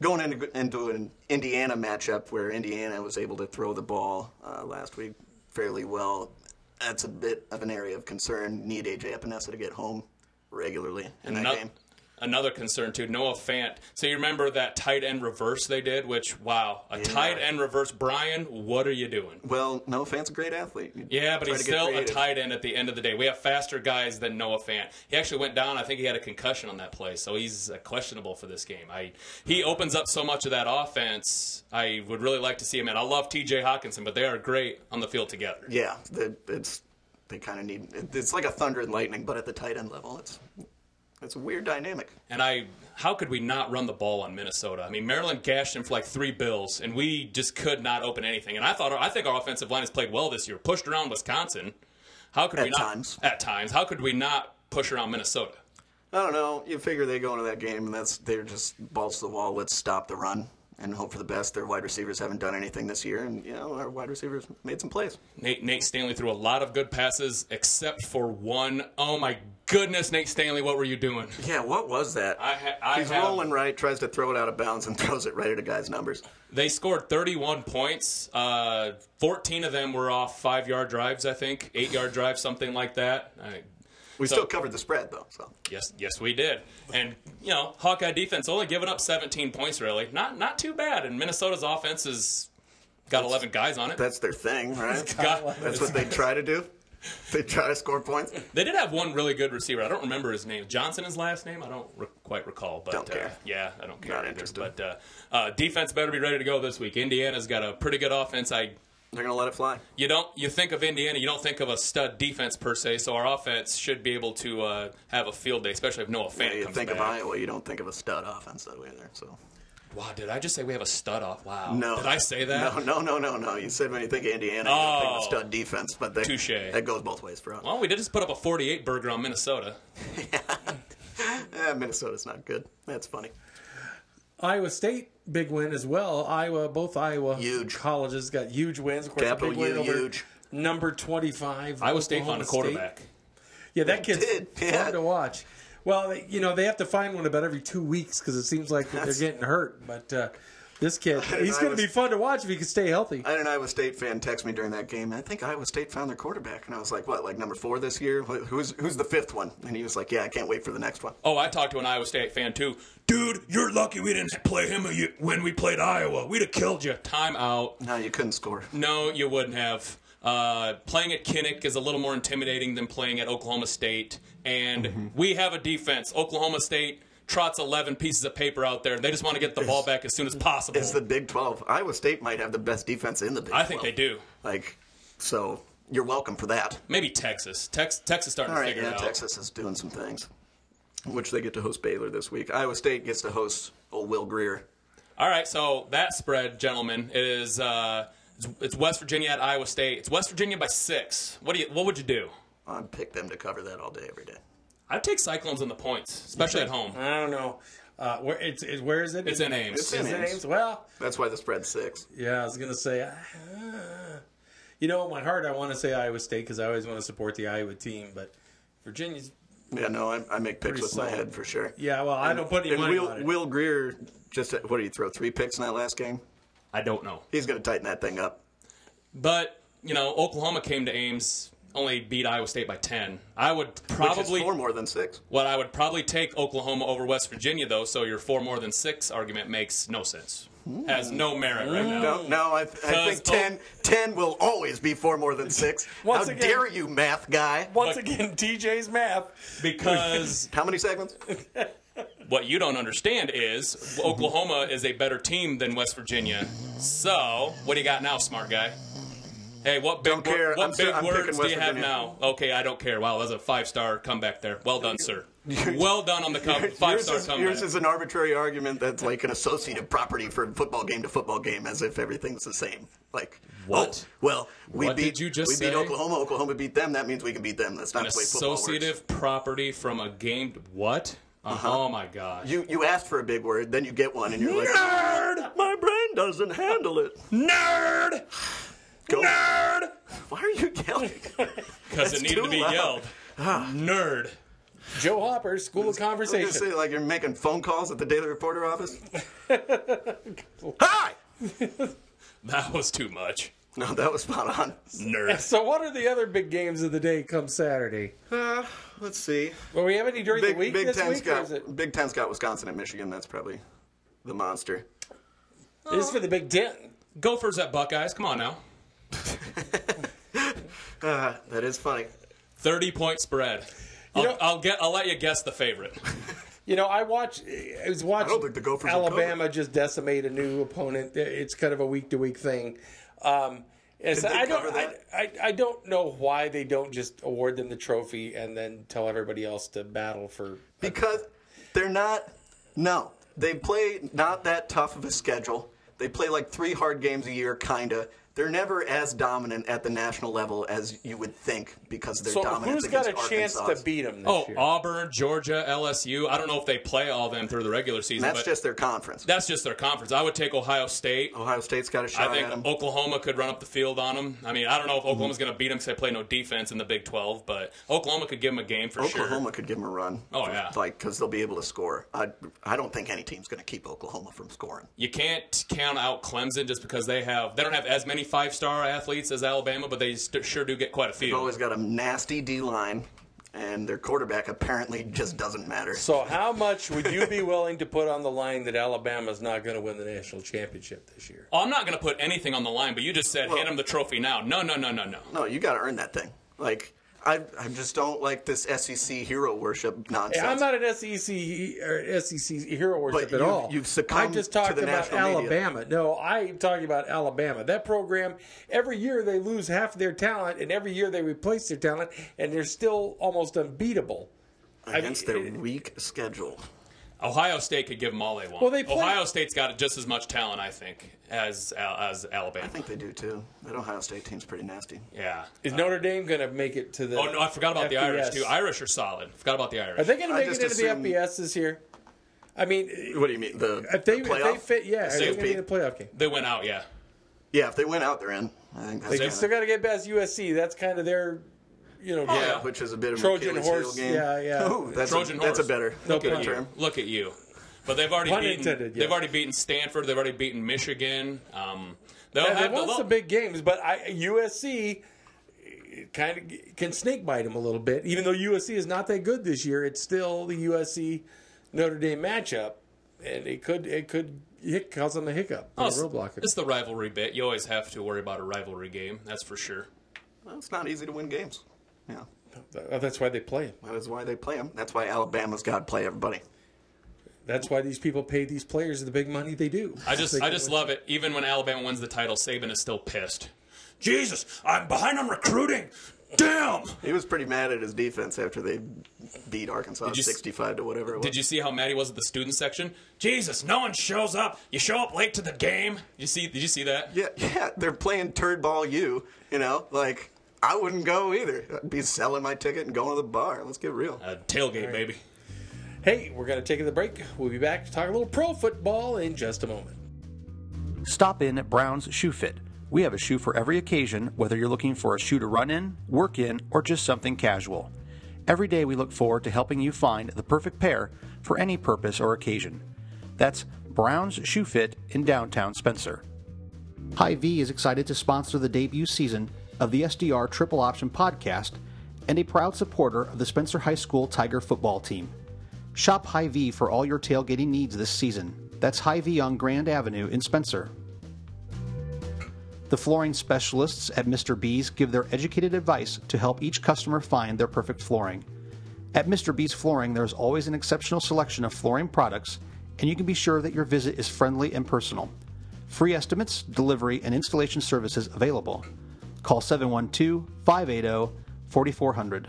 Speaker 4: going into, into an Indiana matchup where Indiana was able to throw the ball uh, last week fairly well, that's a bit of an area of concern. Need AJ Epinesa to get home regularly in that
Speaker 2: Ano-
Speaker 4: game.
Speaker 2: Another concern too, Noah Fant. So you remember that tight end reverse they did, which wow, a tight end reverse. Brian, what are you doing?
Speaker 4: Well, no offense, a great athlete. You
Speaker 2: Yeah, but
Speaker 4: try
Speaker 2: he's
Speaker 4: to get
Speaker 2: still a
Speaker 4: creative.
Speaker 2: tight end at the end of the day. We have faster guys than Noah Fant. He actually went down. I think he had a concussion on that play, so he's uh, questionable for this game. I he opens up so much of that offense. I would really like to see him. And I love T.J. Hawkinson, but they are great on the field together.
Speaker 4: Yeah, the, it's they kind of need. It, it's like a thunder and lightning, but at the tight end level, it's it's a weird dynamic.
Speaker 2: And I, how could we not run the ball on Minnesota? I mean, Maryland gashed him for like three bills, and we just could not open anything. And I thought, I think our offensive line has played well this year. Pushed around Wisconsin. How could we
Speaker 4: At
Speaker 2: not?
Speaker 4: times.
Speaker 2: At times, how could we not push around Minnesota?
Speaker 4: I don't know. You figure they go into that game, and that's they're just balls to the wall. Let's stop the run and hope for the best. Their wide receivers haven't done anything this year, and you know our wide receivers made some plays.
Speaker 2: Nate, Nate Stanley threw a lot of good passes, except for one. Oh my goodness, Nate Stanley, what were you doing?
Speaker 4: Yeah, what was that?
Speaker 2: I ha- I
Speaker 4: He's
Speaker 2: have-
Speaker 4: rolling right, tries to throw it out of bounds, and throws it right at a guy's numbers.
Speaker 2: They scored 31 points. Uh, 14 of them were off five yard drives, I think, eight yard drives, something like that. I,
Speaker 4: We
Speaker 2: So-
Speaker 4: still covered the spread though, so
Speaker 2: Yes, yes, we did. And you know, Hawkeye defense only giving up 17 points, really. Not not too bad. And Minnesota's offense has got 11 guys on it.
Speaker 4: that's their thing, right?
Speaker 2: Got-
Speaker 4: That's what they try to do. They try to score points.
Speaker 2: they did have one really good receiver. I don't remember his name. Johnson, his last name, I don't re- quite recall. But
Speaker 4: Don't
Speaker 2: Uh,
Speaker 4: care.
Speaker 2: yeah, I don't care.
Speaker 4: Not
Speaker 2: either.
Speaker 4: interested.
Speaker 2: But uh, uh, defense better be ready to go this week. Indiana's got a pretty good offense. I
Speaker 4: They're gonna let it fly.
Speaker 2: you don't you think of Indiana, you don't think of a stud defense per se. So our offense should be able to uh, have a field day, especially if Noah Fant
Speaker 4: you
Speaker 2: comes
Speaker 4: think
Speaker 2: back.
Speaker 4: of Iowa, you don't think of a stud offense though either. So
Speaker 2: wow, did I just say we have a stud off? Wow,
Speaker 4: no,
Speaker 2: did I say that?
Speaker 4: No, no, no, no, no. You said when you think of Indiana, you don't think of
Speaker 2: Oh.
Speaker 4: stud defense, but they,
Speaker 2: Touche.
Speaker 4: That goes both ways for us.
Speaker 2: Well, we did just put up a 48 burger on Minnesota.
Speaker 4: Eh, Minnesota's not good. That's funny.
Speaker 3: Iowa State big win as well. Iowa, both Iowa
Speaker 4: Huge.
Speaker 3: colleges got huge wins. Of course, a
Speaker 4: Capital
Speaker 3: big win
Speaker 4: U,
Speaker 3: over
Speaker 4: huge.
Speaker 3: Number twenty-five.
Speaker 2: Iowa State
Speaker 3: Oklahoma
Speaker 2: found a quarterback.
Speaker 3: Yeah, that kid's
Speaker 4: did, yeah.
Speaker 3: fun to watch. Well, they- you know they have to find one about every two weeks because it seems like
Speaker 4: That's-
Speaker 3: they're getting hurt. But uh, this kid, he's going
Speaker 4: Iowa
Speaker 3: to be fun to watch if he can stay healthy.
Speaker 4: I had an Iowa State fan text me during that game. I think Iowa State found their quarterback, and I was like, "What? Like number four this year? Wh- Who's who's the fifth one?" And he was like, "Yeah, I can't wait for the next one."
Speaker 2: Oh, I talked to an Iowa State fan too. Dude, you're lucky we didn't play him a y- when we played Iowa. We'd have killed you. Time out.
Speaker 4: No, you couldn't score.
Speaker 2: No, you wouldn't have. Uh, playing at Kinnick is a little more intimidating than playing at Oklahoma State. And we have a defense. Oklahoma State trots 11 pieces of paper out there. They just want to get the ball back as soon as possible.
Speaker 4: It's the Big Twelve. Iowa State might have the best defense in the Big.
Speaker 2: I think
Speaker 4: 12.
Speaker 2: they do.
Speaker 4: Like, so you're welcome for that.
Speaker 2: Maybe Texas. Tex- Texas starting
Speaker 4: All
Speaker 2: to
Speaker 4: right,
Speaker 2: figure it
Speaker 4: yeah,
Speaker 2: out.
Speaker 4: Texas is doing some things, which they get to host Baylor this week. Iowa State gets to host old Will Greer.
Speaker 2: All right, so that spread, gentlemen, is uh, it's, it's West Virginia at Iowa State. It's West Virginia by six. What do you? What would you do?
Speaker 4: I'd pick them to cover that all day, every day.
Speaker 2: I'd take Cyclones in the points, especially at home.
Speaker 3: I don't know. Uh, where it's, it's where is it?
Speaker 2: It's in Ames.
Speaker 3: Is it
Speaker 4: Ames.
Speaker 3: Ames? Well,
Speaker 4: That's why the spread's six.
Speaker 3: Yeah, I was gonna say, uh, you know, in my heart, I want to say Iowa State because I always want to support the Iowa team, but Virginia's.
Speaker 4: Yeah, no, I, I make picks
Speaker 3: Pretty
Speaker 4: with my
Speaker 3: solid.
Speaker 4: head for sure.
Speaker 3: Yeah, well, I don't put any
Speaker 4: And
Speaker 3: money
Speaker 4: Will,
Speaker 3: on it.
Speaker 4: Will Greer, just what did he throw? Three picks in that last game.
Speaker 2: I don't know,
Speaker 4: He's going to tighten that thing up.
Speaker 2: but you know, Oklahoma came to Ames, only beat Iowa State by ten. I would
Speaker 4: Which
Speaker 2: probably
Speaker 4: is four more than six.
Speaker 2: what I would probably take Oklahoma over West Virginia though. So your four more than six argument makes no sense. Has no merit right now.
Speaker 4: No, no, I, I
Speaker 2: Because-
Speaker 4: think 10, 10 will always be four more than six. How
Speaker 3: Once again-
Speaker 4: dare you, math guy?
Speaker 3: Once again, TJ's math.
Speaker 2: Because
Speaker 4: How many segments?
Speaker 2: What you don't understand is Oklahoma is a better team than West Virginia. So what do you got now, smart guy? Hey, what big,
Speaker 4: Don't care.
Speaker 2: wor- what
Speaker 4: I'm still-
Speaker 2: big
Speaker 4: I'm picking
Speaker 2: words do
Speaker 4: West
Speaker 2: you have
Speaker 4: Virginia.
Speaker 2: now? Okay, I don't care. Wow, that was a five star comeback there. Well done, sir. Well done on the cover. Five
Speaker 4: Yours
Speaker 2: star
Speaker 4: is, yours
Speaker 2: comeback.
Speaker 4: is an arbitrary argument that's like an associative property from football game to football game, as if everything's the same. Like
Speaker 2: What?
Speaker 4: oh, well, we
Speaker 2: What
Speaker 4: beat
Speaker 2: did you just
Speaker 4: we beat
Speaker 2: say?
Speaker 4: Oklahoma. Oklahoma beat them. That means we can beat them. That's not
Speaker 2: An
Speaker 4: the way football works. Uh-huh.
Speaker 2: associative property from a game. What? Oh my gosh.
Speaker 4: You you asked for a big word, then you get one, and you're like, nerd. My brain doesn't handle it.
Speaker 2: Nerd!
Speaker 4: Go.
Speaker 2: Nerd!
Speaker 4: Why are you yelling?
Speaker 2: Because
Speaker 4: That's
Speaker 2: it needed
Speaker 4: too Ah.
Speaker 2: to be
Speaker 4: loud.
Speaker 2: yelled. Nerd.
Speaker 3: Joe Hopper, School of
Speaker 4: I was
Speaker 3: Conversation.
Speaker 4: gonna say, like you're making phone calls at the Daily Reporter office.
Speaker 1: Hi!
Speaker 2: That was too much.
Speaker 4: No, that was spot on.
Speaker 2: Nerd.
Speaker 3: So, what are the other big games of the day come Saturday?
Speaker 4: Uh, let's see.
Speaker 3: Well, we have any during
Speaker 4: Big
Speaker 3: the week
Speaker 4: Big
Speaker 3: this
Speaker 4: Ten's
Speaker 3: week? Or
Speaker 4: got
Speaker 3: is it
Speaker 4: Big Ten's got Wisconsin at Michigan. That's probably the monster.
Speaker 3: this is for the Big Ten?
Speaker 2: Gophers at Buckeyes. Come on now.
Speaker 4: Uh, that is funny.
Speaker 2: Thirty point spread. I'll,
Speaker 3: know-
Speaker 4: Oh,
Speaker 2: I'll get. I'll let you guess the favorite.
Speaker 3: You know, I watch. I was watching.
Speaker 4: think the Gophers will
Speaker 3: Alabama just decimate a new opponent. It's kind of a week to week thing. Um, and so
Speaker 4: they
Speaker 3: I don't.
Speaker 4: cover
Speaker 3: I,
Speaker 4: that?
Speaker 3: I, I don't know why they don't just award them the trophy and then tell everybody else to battle for.
Speaker 4: Because they're not. No, they play not that tough of a schedule. They play like three hard games a year, kinda. They're never as dominant at the national level as you would think because they're
Speaker 3: So
Speaker 4: dominant.
Speaker 3: who's got a chance to
Speaker 4: Arkansas.
Speaker 3: beat them this
Speaker 2: Oh,
Speaker 3: year?
Speaker 2: Auburn, Georgia, LSU. I don't know if they play all them through the regular season.
Speaker 4: That's
Speaker 2: but
Speaker 4: just Oh, their conference.
Speaker 2: that's just their conference. I would take Ohio State.
Speaker 4: Ohio State's got a
Speaker 2: I
Speaker 4: shot at them.
Speaker 2: think Oklahoma could run up the field on them. I mean, I don't know if Oklahoma's going to beat them because they play no defense in the Big 12, but Oklahoma could give them a game for
Speaker 4: Oklahoma
Speaker 2: sure.
Speaker 4: could give them a run.
Speaker 2: Oh, yeah.
Speaker 4: like because they'll be able to score. I I don't think any team's going to keep Oklahoma from scoring.
Speaker 2: You can't count out Clemson just because they have they don't have as many five star athletes as Alabama, but they st- sure do get quite a few.
Speaker 4: They've always got a nasty D line, and their quarterback apparently just doesn't matter.
Speaker 3: So how much would you be willing to put on the line that Alabama's not going to win the national championship this year?
Speaker 2: Oh, I'm not going to put anything on the line, but you just said hand them the trophy now. No, no, no, no, no.
Speaker 4: no, you got to earn that thing. Like I I just don't like this SEC hero worship nonsense.
Speaker 3: I'm not an SEC or SEC hero worship
Speaker 4: But you-
Speaker 3: at all.
Speaker 4: you've succumbed
Speaker 3: I'm just
Speaker 4: to the
Speaker 3: talking about
Speaker 4: national media.
Speaker 3: Alabama. No, I'm talking about Alabama. That program, every year they lose half their talent, and every year they replace their talent, and they're still almost unbeatable.
Speaker 4: against
Speaker 3: I
Speaker 4: their weak schedule.
Speaker 2: Ohio State could give them all they want.
Speaker 3: Well, they play-
Speaker 2: Ohio State's got just as much talent, I think, as as Alabama.
Speaker 4: I think they do too. That Ohio State team's pretty nasty.
Speaker 2: yeah.
Speaker 3: Is Notre Dame going to make it to the?
Speaker 2: Oh no, I forgot about the Irish
Speaker 3: FBS?
Speaker 2: too. Irish are solid. Forgot about the Irish.
Speaker 3: Are they going to
Speaker 4: I
Speaker 3: make it
Speaker 4: just
Speaker 3: into
Speaker 4: assume-
Speaker 3: the FBS this year? I mean,
Speaker 4: What do you mean the,
Speaker 3: if they,
Speaker 4: the
Speaker 3: if they
Speaker 4: playoff?
Speaker 3: fit, yeah, are they going to be
Speaker 4: CFP?
Speaker 3: in the playoff game?
Speaker 2: They went out, yeah.
Speaker 4: Yeah, if they win out, they're in. I think that's
Speaker 3: They
Speaker 4: kinda-
Speaker 3: still got to get past USC. That's kind of their, you know,
Speaker 4: yeah,
Speaker 2: yeah.
Speaker 4: which is a bit of
Speaker 3: Trojan
Speaker 4: an Achilles heel
Speaker 3: horse,
Speaker 4: game.
Speaker 3: yeah, yeah.
Speaker 4: Ooh, that's
Speaker 2: Trojan
Speaker 4: a,
Speaker 2: horse.
Speaker 4: That's a better
Speaker 2: Look
Speaker 4: better
Speaker 2: at you.
Speaker 4: term.
Speaker 2: Look at you. But they've already
Speaker 3: Pun
Speaker 2: beaten.
Speaker 3: intended, yeah.
Speaker 2: They've already beaten Stanford. They've already beaten Michigan. Um, they'll
Speaker 3: Yeah, they
Speaker 2: have
Speaker 3: won
Speaker 2: the,
Speaker 3: some big games, but I, USC kind of eh, can snake bite them a little bit. Even though USC is not that good this year, it's still the USC Notre Dame matchup, and it could it could hit, cause them a hiccup, a
Speaker 2: Oh,
Speaker 3: roadblock.
Speaker 2: It's the rivalry bit. You always have to worry about a rivalry game. That's for sure.
Speaker 4: Well, it's not easy to win games. Yeah,
Speaker 3: Oh, That's why they play them.
Speaker 4: that is why they play them. That's why Alabama's got to play everybody.
Speaker 3: That's why these people pay these players the big money they do.
Speaker 2: I just,
Speaker 3: They
Speaker 2: I
Speaker 3: can
Speaker 2: just
Speaker 3: win.
Speaker 2: love it. Even when Alabama wins the title, Saban is still pissed.
Speaker 3: Jesus. I'm behind on recruiting. Damn.
Speaker 4: He was pretty mad at his defense after they beat Arkansas
Speaker 2: you s-
Speaker 4: 65 to whatever it was.
Speaker 2: Did you see how mad he was at the student section? Jesus, no one shows up. You show up late to the game. You see? Did you see that?
Speaker 4: Yeah, yeah, they're playing turd ball you, you know? Like, I wouldn't go either. I'd be selling my ticket and going to the bar. Let's get real.
Speaker 2: Uh, tailgate, baby.
Speaker 3: Hey, we're gonna take the break. We'll be back to talk a little pro football in just a moment.
Speaker 1: Stop in at Brown's Shoe Fit. We have a shoe for every occasion, whether you're looking for a shoe to run in, work in, or just something casual. Every day we look forward to helping you find the perfect pair for any purpose or occasion. That's Brown's Shoe Fit in downtown Spencer. Hy-Vee is excited to sponsor the debut season of the SDR Triple Option podcast and a proud supporter of the Spencer High School Tiger football team. Shop Hy-Vee for all your tailgating needs this season. That's Hy-Vee on Grand Avenue in Spencer. The flooring specialists at Mr. B's give their educated advice to help each customer find their perfect flooring. At Mr. B's Flooring, there is always an exceptional selection of flooring products, and you can be sure that your visit is friendly and personal. Free estimates, delivery, and installation services available. Call 712 580 4400.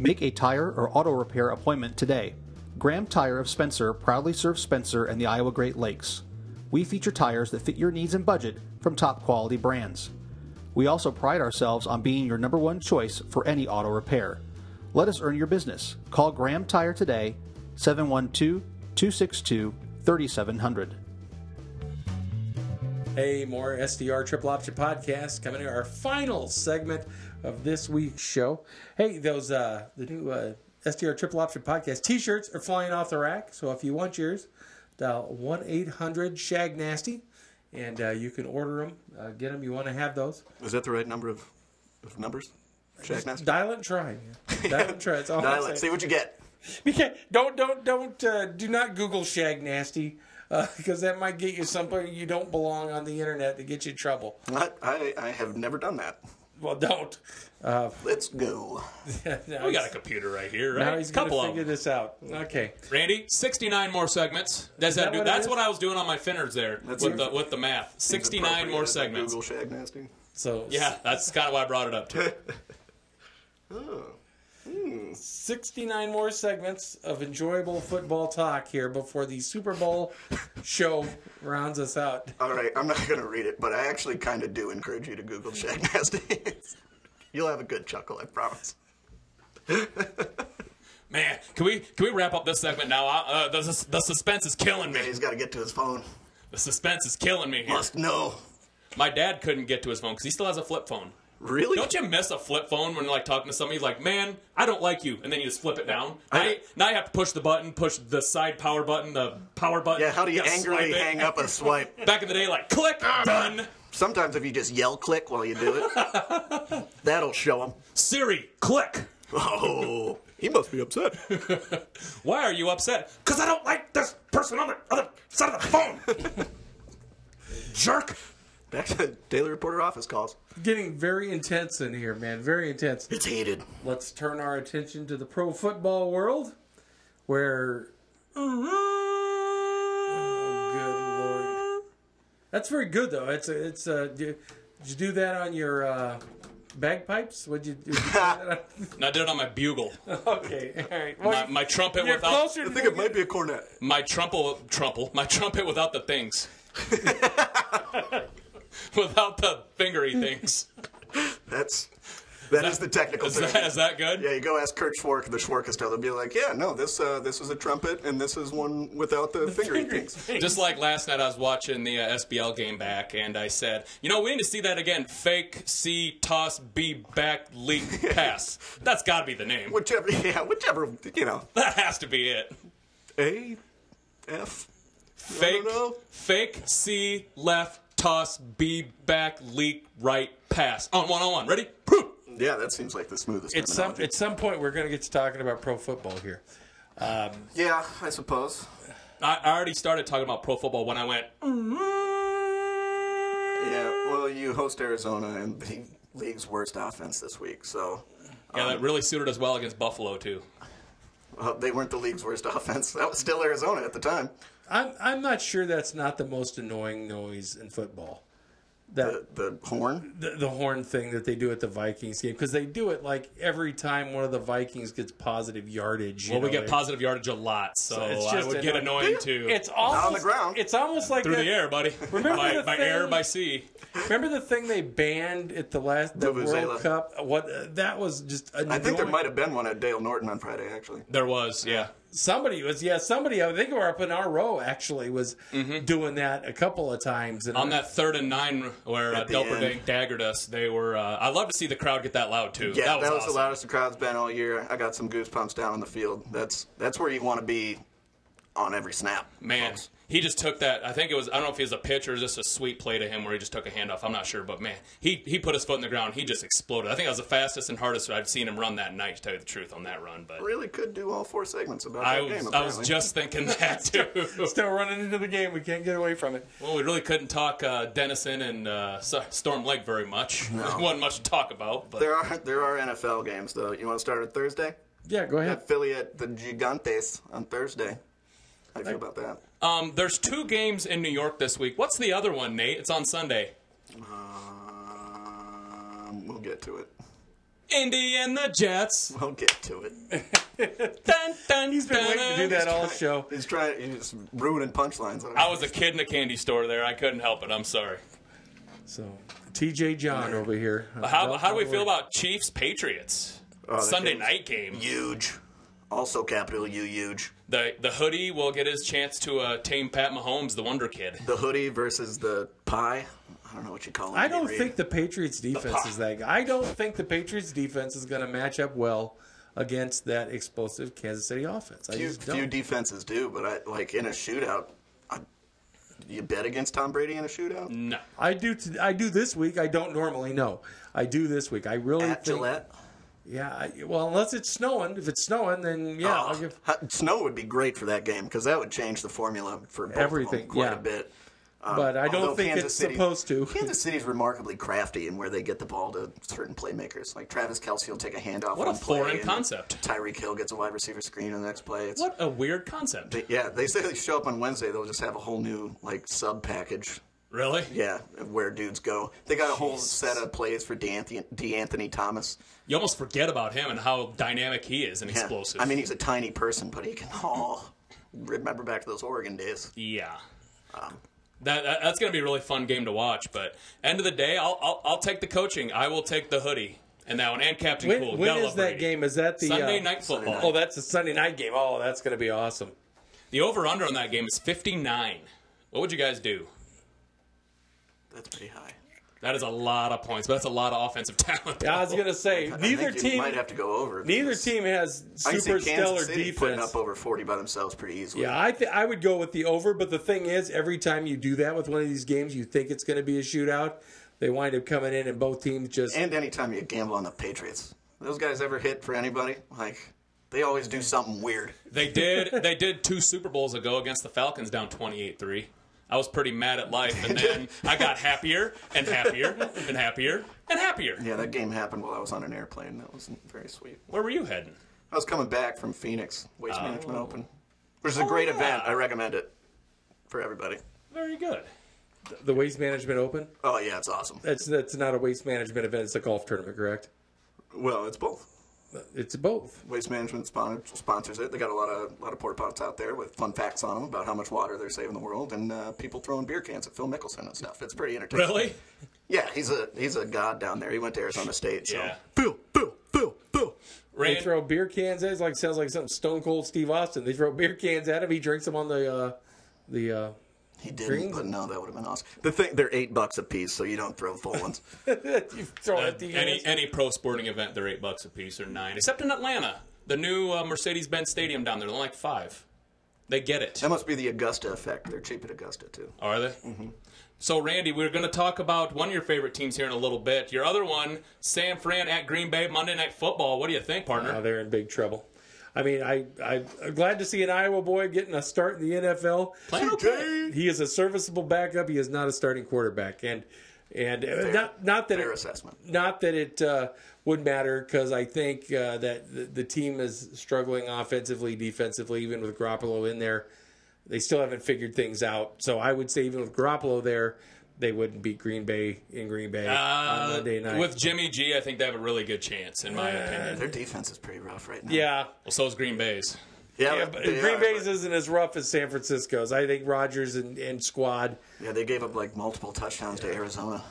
Speaker 1: Make a tire or auto repair appointment today. Graham Tire of Spencer proudly serves Spencer and the Iowa Great Lakes. We feature tires that fit your needs and budget from top quality brands. We also pride ourselves on being your number one choice for any auto repair. Let us earn your business. Call Graham Tire today, 712 262 3700.
Speaker 3: Hey, more SDR Triple Option Podcast coming in our final segment of this week's show. Hey, those uh the new uh SDR Triple Option Podcast t shirts are flying off the rack. So if you want yours, dial 1 800 Shag Nasty and uh, you can order them, uh, get them. You want to have those.
Speaker 4: Is that the right number of, of numbers? Shag Nasty?
Speaker 3: Dial it and try. man. Dial it and try. It's all
Speaker 4: Dial
Speaker 3: I'm
Speaker 4: it. See
Speaker 3: saying.
Speaker 4: what you get.
Speaker 3: Okay, Don't, don't, don't, uh, do not Google Shag Nasty uh, because that might get you somewhere you don't belong on the internet to get you in trouble.
Speaker 4: I, I, I have never done that.
Speaker 3: Well, don't. Uh,
Speaker 4: Let's go.
Speaker 3: now
Speaker 2: We got a computer right here, right?
Speaker 3: Now he's going
Speaker 2: couple
Speaker 3: to
Speaker 2: of
Speaker 3: figure
Speaker 2: them.
Speaker 3: this out. Okay.
Speaker 2: Randy, 69 more segments. That's,
Speaker 3: that
Speaker 2: that, dude,
Speaker 3: what it
Speaker 2: that's
Speaker 3: is?
Speaker 2: what I was doing on my finners there with the, with the math. 69 more
Speaker 4: Is that
Speaker 2: segments.
Speaker 4: Google Shag Nasty.
Speaker 3: So
Speaker 2: Yeah, that's kind of why I brought it up, too.
Speaker 3: 69 more segments of enjoyable football talk here before the Super Bowl show rounds us out.
Speaker 4: All right, I'm not going to read it, but I actually kind of do encourage you to Google Shag Nasty. You'll have a good chuckle, I promise.
Speaker 2: Man, can we can we wrap up this segment now? Uh, the, sus- the suspense is killing me.
Speaker 4: He's got to get to his phone.
Speaker 2: The suspense is killing me here.
Speaker 4: Must know.
Speaker 2: My dad couldn't get to his phone because he still has a flip phone.
Speaker 4: Really?
Speaker 2: Don't you miss a flip phone when you're like talking to somebody like, man, I don't like you, and then you just flip it down. Now you, now you have to push the button, push the side power button, the power button.
Speaker 4: Yeah, how do you
Speaker 2: gotta
Speaker 4: angrily
Speaker 2: swipe it.
Speaker 4: hang up Ah. a swipe?
Speaker 2: Back in the day, like click done.
Speaker 4: Sometimes if you just yell click while you do it, that'll show him.
Speaker 2: Siri, click.
Speaker 4: Oh, he must be upset.
Speaker 2: Why are you upset? Because I don't like this person on the other side of the phone. Jerk.
Speaker 4: Back to Daily Reporter office calls.
Speaker 3: Getting very intense in here, man. Very intense.
Speaker 4: It's heated.
Speaker 3: Let's turn our attention to the pro football world where. mm-hmm, Oh, good lord. That's very good, though. It's a, it's a, did you do that on your uh, bagpipes? What'd you do?
Speaker 2: And I did it on my bugle,
Speaker 3: okay, all right.
Speaker 2: my, my trumpet
Speaker 3: You're
Speaker 2: without
Speaker 3: closer to
Speaker 4: I think it might be a cornet.
Speaker 2: my trumpet, trumple, my trumpet without the things, without the fingery things.
Speaker 4: That's that is the technical
Speaker 2: Is that,
Speaker 4: term.
Speaker 2: is that good?
Speaker 4: Yeah, you go ask Kurt Schwark, the Schwarkist, they'll be like, "Yeah, no, this uh, this is a trumpet, and this is one without the, fingering things."
Speaker 2: Just like last night, I was watching the uh, SBL game back, and I said, "You know, we need to see that again. Fake C toss B back leak pass. That's got to be the name.
Speaker 4: Whichever, yeah, whichever, you know,
Speaker 2: That has to be it.
Speaker 4: A, F.
Speaker 2: Fake,
Speaker 4: know.
Speaker 2: fake C left toss B back leak right pass on one on one. Ready? Poof.
Speaker 4: Yeah, that seems like the smoothest.
Speaker 3: at some
Speaker 4: terminology.
Speaker 3: at some point we're going to get to talking about pro football here.
Speaker 4: yeah, I suppose.
Speaker 2: I I already started talking about pro football when I went.
Speaker 4: Yeah, well, you host Arizona and the league's worst offense this week, so
Speaker 2: Yeah, that really suited us well against Buffalo too.
Speaker 4: well, they weren't the league's worst offense. That was still Arizona at the time.
Speaker 3: I'm I'm not sure that's not the most annoying noise in football. That
Speaker 4: The, the horn.
Speaker 3: the, the horn thing that they do at the Vikings game because they do it like every time one of the Vikings gets positive yardage. you
Speaker 2: Well, we
Speaker 3: know,
Speaker 2: get
Speaker 3: they-
Speaker 2: positive yardage a lot, so,
Speaker 3: it's
Speaker 2: I
Speaker 3: just
Speaker 2: would
Speaker 3: an-
Speaker 2: get annoying too.
Speaker 3: It's almost
Speaker 4: the ground.
Speaker 3: It's almost like
Speaker 2: through
Speaker 3: that-
Speaker 2: the air, buddy.
Speaker 3: Remember
Speaker 2: by
Speaker 3: the
Speaker 2: by
Speaker 3: thing-
Speaker 2: air, by sea.
Speaker 3: Remember the thing they banned at the last the
Speaker 4: Vuvuzela.
Speaker 3: World Cup? What uh, that was just annoying.
Speaker 4: I think there might have been one at Dale Norton on Friday, actually.
Speaker 2: There was, yeah.
Speaker 3: somebody was yeah somebody I think we were up in our row actually was doing that a couple of times and
Speaker 2: Mm-hmm. On that third and nine where uh,
Speaker 4: At the
Speaker 2: Delperdink
Speaker 4: end.
Speaker 2: daggered us, they were. Uh, I love to see the crowd get that loud too.
Speaker 4: Yeah, that was,
Speaker 2: awesome.
Speaker 4: the loudest the crowd's been all year. I got some goosebumps down on the field. That's that's where you want to be on every snap.
Speaker 2: Man,
Speaker 4: folks.
Speaker 2: he just took that. I think it was. I don't know if he was a pitch or just a sweet play to him where he just took a handoff. I'm not sure, but man, he he put his foot in the ground. He just exploded. I think that was the fastest and hardest I've seen him run that night. To tell you the truth, on that run, but
Speaker 4: really could do all four segments about
Speaker 2: I
Speaker 4: that game.
Speaker 2: was, I
Speaker 4: Apparently.
Speaker 2: was just thinking that too.
Speaker 3: still running into the game. We can't get away from it.
Speaker 2: well, we really couldn't talk uh, Dennison and uh, Sor- Storm Lake very much. There wasn't much to talk about, but
Speaker 4: there are there are NFL games though. You want to start with Thursday?
Speaker 3: Yeah, go ahead.
Speaker 4: Got Philly at the Gigantes on Thursday. How do you feel about that?
Speaker 2: Um, there's two games in New York this week. What's the other one, Nate? It's on Sunday.
Speaker 4: Um, we'll get to it.
Speaker 2: Indy and the Jets.
Speaker 4: We'll get to it.
Speaker 2: Dun, dun, He's
Speaker 3: Been waiting to do that all show.
Speaker 4: He's trying. He's just ruining punchlines.
Speaker 2: I was a kid in a candy store there. I couldn't help it. I'm sorry.
Speaker 3: So TJ John over here.
Speaker 2: How, how do we feel about Chiefs Patriots? Sunday night game.
Speaker 4: huge. Also, capital U huge.
Speaker 2: The the hoodie will get his chance to uh, tame Pat Mahomes, the Wonder Kid.
Speaker 4: The hoodie versus the pie. I don't know what you call it.
Speaker 3: I don't
Speaker 4: Reed.
Speaker 3: think the Patriots defense is that. I don't think the Patriots defense is going to match up well against that explosive Kansas City offense. I
Speaker 4: Few,
Speaker 3: just don't.
Speaker 4: few defenses do, but I like in a shootout. I, you bet against Tom Brady in a shootout
Speaker 2: No.
Speaker 3: I do. T- I do this week. I don't normally know. I do this week. I really
Speaker 4: at
Speaker 3: think,
Speaker 4: Gillette.
Speaker 3: Yeah. I, well, unless it's snowing. If it's snowing, then yeah.
Speaker 4: Oh,
Speaker 3: I'll give,
Speaker 4: ha- snow would be great for that game because that would change the formula for both of them
Speaker 3: Everything,
Speaker 4: quite
Speaker 3: yeah.
Speaker 4: a bit. Um,
Speaker 3: but I
Speaker 4: Although
Speaker 3: don't think
Speaker 4: Kansas
Speaker 3: it's
Speaker 4: City-
Speaker 3: supposed to.
Speaker 4: Kansas City's remarkably crafty in where they get the ball to certain playmakers. Like Travis Kelsey will take a handoff.
Speaker 2: What a
Speaker 4: on play,
Speaker 2: foreign
Speaker 4: and
Speaker 2: concept.
Speaker 4: Tyreek Hill gets a wide receiver screen on the next play. It's,
Speaker 2: What a weird concept.
Speaker 4: Yeah, they say they show up on Wednesday. They'll just have a whole new like sub package.
Speaker 2: Really?
Speaker 4: Yeah, where dudes go. They got a whole set of plays for DeAnthony, DeAnthony Thomas.
Speaker 2: You almost forget about him and how dynamic he is and
Speaker 4: Yeah.
Speaker 2: explosive.
Speaker 4: I mean, he's a tiny person, but he can. Oh, remember back to those Oregon days.
Speaker 2: Yeah. That, that- that's going to be a really fun game to watch. But end of the day, I'll, I'll, I'll take the coaching. I will take the hoodie and that one and Captain
Speaker 3: When,
Speaker 2: Cool. You
Speaker 3: when
Speaker 2: gotta
Speaker 3: is
Speaker 2: love
Speaker 3: that
Speaker 2: Brady.
Speaker 3: game? Is that the
Speaker 2: Sunday
Speaker 3: uh,
Speaker 2: night football.
Speaker 3: Oh, that's a Sunday night game. Oh, that's going to be awesome.
Speaker 2: The over under on that game is 59. What would you guys do?
Speaker 4: That's pretty high.
Speaker 2: That is a lot of points, but that's a lot of offensive talent.
Speaker 3: Yeah, I was going to say
Speaker 4: I
Speaker 3: neither
Speaker 4: think you
Speaker 3: team.
Speaker 4: might have to go over.
Speaker 3: Neither
Speaker 4: because
Speaker 3: team has
Speaker 4: I can see
Speaker 3: super stellar
Speaker 4: Kansas City putting
Speaker 3: defense.
Speaker 4: up over forty by themselves pretty easily.
Speaker 3: Yeah, I th- I would go with the over, but the thing is, every time you do that with one of these games, you think it's going to be a shootout. They wind up coming in, and both teams just
Speaker 4: And anytime you gamble on the Patriots, those guys ever hit for anybody? Like they always do something weird.
Speaker 2: They did. They did two Super Bowls ago against the Falcons, down twenty-eight three. I was pretty mad at life, and then I got happier and happier and happier and happier.
Speaker 4: Yeah, that game happened while I was on an airplane. That wasn't very sweet.
Speaker 2: Where were you heading?
Speaker 4: I was coming back from Phoenix Waste
Speaker 3: Oh.
Speaker 4: Management Open, which is a great event. I recommend it for everybody.
Speaker 2: Very good.
Speaker 3: the waste management open.
Speaker 4: Oh yeah, it's awesome.
Speaker 3: That's that's not a waste management event; it's a golf tournament, correct?
Speaker 4: Well, it's both.
Speaker 3: It's both.
Speaker 4: Waste Management spon- sponsors it. They got a lot of lot of porta pots out there with fun facts on them about how much water they're saving the world and uh, people throwing beer cans at Phil Mickelson and stuff. It's pretty entertaining.
Speaker 2: Really?
Speaker 4: Yeah, he's a he's a god down there. He went to Arizona State. So.
Speaker 2: Yeah.
Speaker 4: Bill, Bill, Bill, Bill.
Speaker 3: They
Speaker 2: Rand,
Speaker 3: throw beer cans at. It like sounds like something Stone Cold Steve Austin. They throw beer cans at him. He drinks them on the uh, the. Uh,
Speaker 4: He didn't,
Speaker 3: Green?
Speaker 4: but no, that would have been awesome. The thing, they're eight bucks a piece, so you don't throw full ones.
Speaker 3: you throw it at the
Speaker 2: any any pro sporting event, they're eight bucks a piece or nine, except in Atlanta, the new uh, Mercedes-Benz Stadium down there, they're like five. They get it.
Speaker 4: that must be the Augusta effect. They're cheap at Augusta too.
Speaker 2: Are they?
Speaker 4: Mm-hmm.
Speaker 2: So, Randy, we're going to talk about one of your favorite teams here in a little bit. Your other one, San Fran at Green Bay Monday Night Football. What do you think, partner?
Speaker 3: Now
Speaker 4: Uh,
Speaker 3: they're in big trouble. I mean, I, I I'm glad to see an Iowa boy getting a start in the NFL.
Speaker 2: Playing okay.
Speaker 3: He is a serviceable backup. He is not a starting quarterback, and and uh not not that
Speaker 4: Fair
Speaker 3: it,
Speaker 4: assessment.
Speaker 3: not that it uh, would matter because I think uh, that the, the team is struggling offensively, defensively, even with Garoppolo in there. They still haven't figured things out. So I would say even with Garoppolo there, they wouldn't beat Green Bay in Green Bay on Monday night.
Speaker 2: With Jimmy G, I think they have a really good chance, in my opinion.
Speaker 4: Their defense is pretty rough right now.
Speaker 3: yeah,
Speaker 2: Well, so is Green Bay's.
Speaker 4: yeah.
Speaker 3: Yeah,
Speaker 4: they
Speaker 3: but
Speaker 4: are,
Speaker 3: Green Bay's
Speaker 4: but-
Speaker 3: isn't as rough as San Francisco's. I think Rodgers and, and squad.
Speaker 4: yeah, they gave up like multiple touchdowns to Arizona.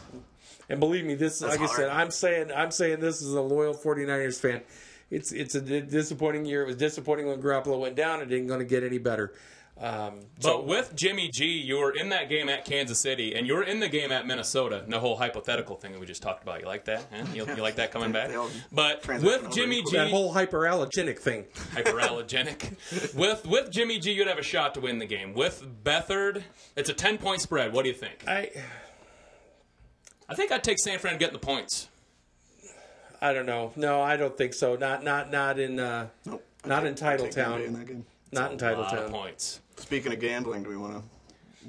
Speaker 3: And believe me, this like I
Speaker 4: hard.
Speaker 3: said, I'm saying I'm saying this is a loyal 49ers fan. It's it's a di- disappointing year. It was disappointing when Garoppolo went down. It ain't going to get any better. Um,
Speaker 2: But with Jimmy G, you were in that game at Kansas City, and you were in the game at Minnesota. And the whole hypothetical thing that we just talked about, you like that? Huh? You, you like that coming back?
Speaker 4: They all
Speaker 2: But
Speaker 4: transition
Speaker 2: with
Speaker 4: over
Speaker 2: Jimmy
Speaker 4: equally.
Speaker 3: that
Speaker 2: G,
Speaker 3: whole hyperallergenic thing.
Speaker 2: hyperallergenic. with with Jimmy G, you'd have a shot to win the game. With Bethard, it's a ten point spread. What do you think?
Speaker 3: I
Speaker 2: I think I'd take San Fran getting the points.
Speaker 3: I don't know. No, I don't think so. Not not not in uh,
Speaker 4: Nope. I
Speaker 3: Not
Speaker 4: take-
Speaker 3: in Title
Speaker 4: I take Green
Speaker 3: Town.
Speaker 4: Bay in that game.
Speaker 3: not in
Speaker 2: A
Speaker 3: Title
Speaker 2: lot of
Speaker 3: Town.
Speaker 2: points.
Speaker 4: Speaking of gambling, do we want to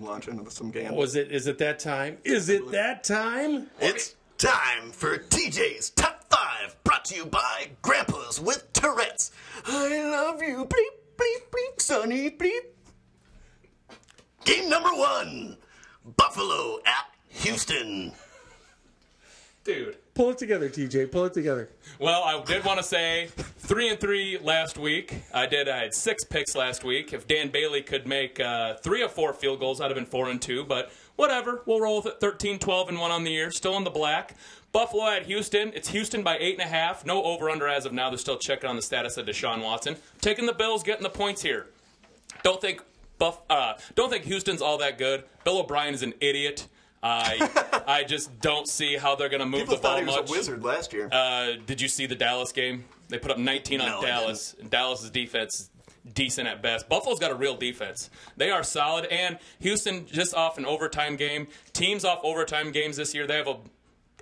Speaker 4: launch into some gambling?
Speaker 3: Was it? Is it that time? Is it that time?
Speaker 4: It's time for TJ's Top 5, brought to you by Grandpas with Tourette's. I love you, bleep, bleep, bleep, sonny, bleep. Game number one Buffalo at Houston.
Speaker 2: Dude.
Speaker 3: Pull it together, TJ. Pull it together.
Speaker 2: Well, I did want to say three and three last week. I did. I had six picks last week. If Dan Bailey could make uh, three or four field goals, I'd have been four and two. But whatever, we'll roll with it. 13, 12, and one on the year. Still in the black. Buffalo at Houston. It's Houston by eight and a half. No over under as of now. They're still checking on the status of Deshaun Watson. Taking the Bills, getting the points here. Don't think Buff. Uh, don't think Houston's all that good. Bill O'Brien is an idiot. I I just don't see how they're going to move
Speaker 4: People
Speaker 2: the ball
Speaker 4: thought he was
Speaker 2: much.
Speaker 4: a wizard last year.
Speaker 2: Uh, did you see the Dallas game? They put up 19 on
Speaker 4: No, they
Speaker 2: Dallas. And Dallas's defense is decent at best. Buffalo's got a real defense. They are solid. And Houston just off an overtime game. Teams off overtime games this year. They have a,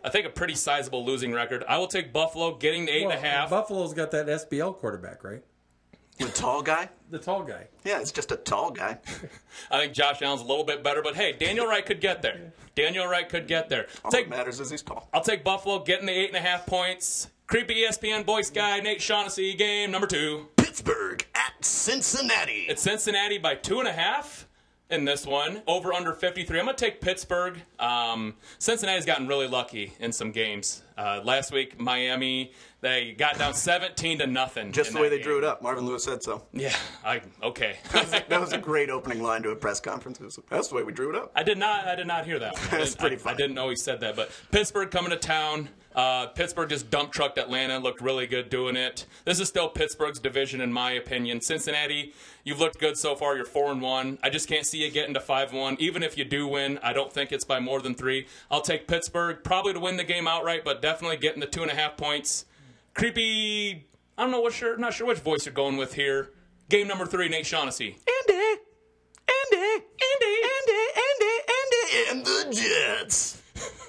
Speaker 2: I think, a pretty sizable losing record. I will take Buffalo getting the eight and a half.
Speaker 3: Buffalo's got that SBL quarterback, right?
Speaker 4: The tall guy?
Speaker 3: The tall guy.
Speaker 4: Yeah, it's just a tall guy.
Speaker 2: I think Josh Allen's a little bit better, but hey, Daniel Wright could get there. Daniel Wright could get there.
Speaker 4: All
Speaker 2: Take
Speaker 4: that matters is he's tall.
Speaker 2: I'll take Buffalo getting the eight and a half points. Creepy E ESPN voice guy, Nate Shaughnessy, game number two.
Speaker 4: Pittsburgh at Cincinnati.
Speaker 2: It's Cincinnati by two and a half in this one, over under 53. I'm going to take Pittsburgh. Um, Cincinnati's gotten really lucky in some games. Uh, last week, Miami, they got down 17 to nothing.
Speaker 4: just
Speaker 2: in
Speaker 4: the way
Speaker 2: that
Speaker 4: they drew it
Speaker 2: game.
Speaker 4: up. Marvin Lewis said so.
Speaker 2: Yeah, I, okay.
Speaker 4: That was a great opening line to a press conference. It was, That's the way we drew it up.
Speaker 2: I did not. I did not hear that. One. I
Speaker 4: That's
Speaker 2: didn't-
Speaker 4: pretty
Speaker 2: I- I,
Speaker 4: funny.
Speaker 2: didn't know he said that. But Pittsburgh coming to town. Uh, Pittsburgh just dump trucked Atlanta. Looked really good doing it. This is still Pittsburgh's division, in my opinion. Cincinnati, you've looked good so far. You're four and one. I just can't see you getting to five and one. Even if you do win, I don't think it's by more than three. I'll take Pittsburgh probably to win the game outright, but definitely getting the two and a half points. Creepy. I don't know what sure. Not sure which voice you're going with here. Game number three, Nate Shaughnessy.
Speaker 4: Andy, Andy, Andy, Andy, Andy, Andy, and the Jets.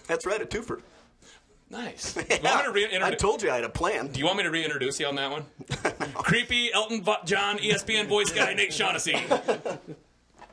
Speaker 4: That's right, a twofer.
Speaker 2: Nice. You want me to reintroduce-
Speaker 4: I told you I had a plan.
Speaker 2: Do you want me to reintroduce you on that one? Creepy Elton Va- John, E ESPN voice guy Nate Shaughnessy.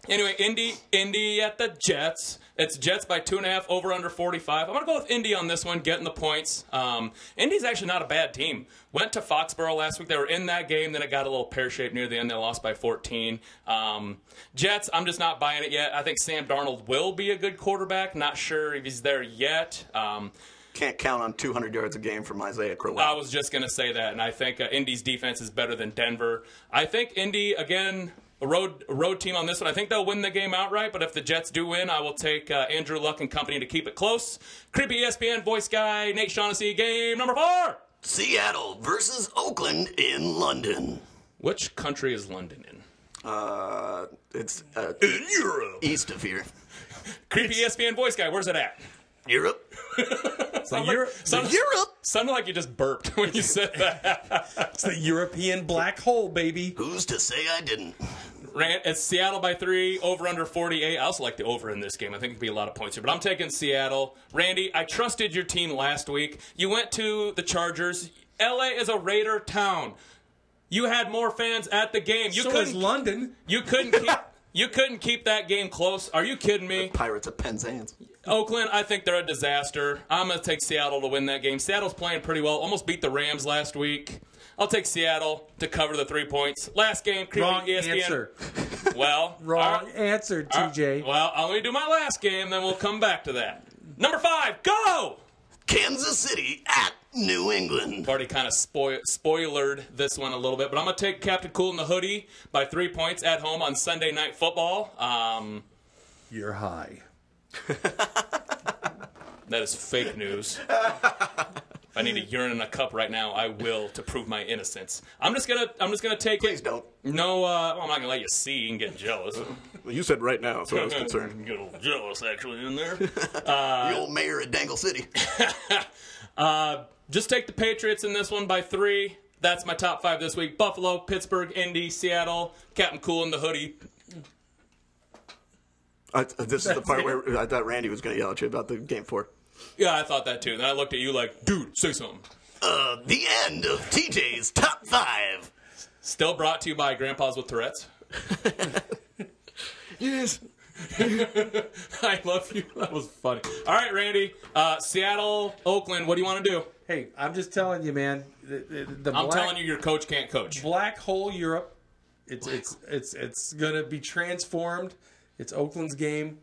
Speaker 2: anyway, Indy, Indy at the Jets. It's Jets by two and a half, over under forty-five. I'm gonna go with Indy on this one, getting the points. Um, Indy's actually not a bad team. Went to Foxborough last week. They were in that game. Then it got a little pear-shaped near the end. They lost by 14. Um, Jets. I'm just not buying it yet. I think Sam Darnold will be a good quarterback. Not sure if he's there yet. Um,
Speaker 4: Can't count on 200 yards a game from Isaiah Crowell.
Speaker 2: I was just going to say that, and I think uh, Indy's defense is better than Denver. I think Indy again. A road a road team on this one. I think they'll win the game outright. But if the Jets do win, I will take uh, Andrew Luck and company to keep it close. Creepy E ESPN voice guy Nate Shaughnessy. Game number four.
Speaker 4: Seattle versus Oakland in London.
Speaker 2: Which country is London in?
Speaker 4: Uh, it's uh, in Europe, east of here.
Speaker 2: Creepy E ESPN voice guy. Where's it at?
Speaker 4: Europe,
Speaker 3: It's the, Euro-
Speaker 2: Sounded,
Speaker 4: Europe.
Speaker 2: sounded like you just burped when you said that.
Speaker 3: it's the European black hole, baby.
Speaker 4: Who's to say I didn't?
Speaker 2: Rant, it's Seattle by three, over under 48. I also like the over in this game. I think it'd be a lot of points here, but I'm taking Seattle. Randy, I trusted your team last week. You went to the Chargers. LA is a Raider town. You had more fans at the game. You
Speaker 3: so is
Speaker 2: couldn't
Speaker 3: London.
Speaker 2: you couldn't keep you couldn't keep that game close. Are you kidding me?
Speaker 4: Pirates of Penzance.
Speaker 2: Oakland, I think they're a disaster. I'm going to take Seattle to win that game. Seattle's playing pretty well. Almost beat the Rams last week. I'll take Seattle to cover the three points. Last game, E creepy
Speaker 3: Wrong
Speaker 2: ESPN.
Speaker 3: answer.
Speaker 2: Well,
Speaker 3: Wrong
Speaker 2: our-
Speaker 3: answer,
Speaker 2: uh,
Speaker 3: TJ.
Speaker 2: well, I'll only do my last game, then we'll come back to that. Number five, go!
Speaker 4: Kansas City at New England.
Speaker 2: I've already kind of spoil- spoilered this one a little bit, but I'm going to take Captain Cool in the hoodie by three points at home on Sunday Night Football. Um,
Speaker 3: You're high.
Speaker 2: that is fake news. if I need to urine in a cup right now, I will to prove my innocence. I'm just gonna, I'm just gonna take
Speaker 4: Please
Speaker 2: it.
Speaker 4: don't.
Speaker 2: No, uh, well, I'm not gonna let you see and get jealous.
Speaker 4: You said right now, so I was
Speaker 2: You get a little jealous actually in there.
Speaker 4: the old mayor of Dangle City.
Speaker 2: Just take the Patriots in this one by three. That's my top five this week: Buffalo, Pittsburgh, Indy, Seattle, Captain Cool in the hoodie.
Speaker 4: I, uh, this is the part where I thought Randy was going to yell at you about the game four.
Speaker 2: Yeah, I thought that too. Then I looked at you like, dude, say something.
Speaker 4: Uh, the end of TJ's top five.
Speaker 2: Still brought to you by Grandpas with Tourette's.
Speaker 4: Yes.
Speaker 2: I love you. That was funny. All right, Randy. Uh, Seattle, Oakland. What do you want to do?
Speaker 3: Hey, I'm just telling you, man. The, the, the
Speaker 2: I'm
Speaker 3: black,
Speaker 2: telling you, your coach can't coach.
Speaker 3: black hole Europe. It's it's it's it's gonna be transformed. It's Oakland's game.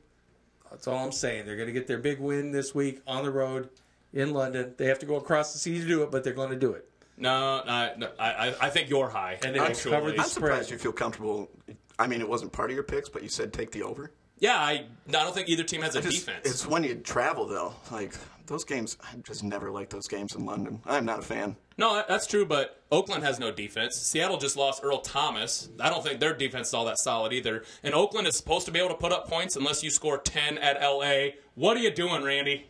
Speaker 3: That's all I'm saying. They're gonna get their big win this week on the road in London. They have to go across the sea to do it, but they're going to do it.
Speaker 2: No, I, no, I, I- I think you're high.
Speaker 3: And they will
Speaker 2: actually.
Speaker 3: cover the
Speaker 4: I'm surprised
Speaker 3: spread.
Speaker 4: you feel comfortable. I mean, it wasn't part of your picks, but you said take the over.
Speaker 2: yeah, I, I don't think either team has a
Speaker 4: Just-
Speaker 2: defense.
Speaker 4: It's when you travel though. Like those games, I just never like those games in London. I'm not a fan.
Speaker 2: No, that- that's true, but Oakland has no defense. Seattle just lost Earl Thomas. I don't think their defense is all that solid either. And Oakland is supposed to be able to put up points unless you score 10 at LA. What are you doing, Randy?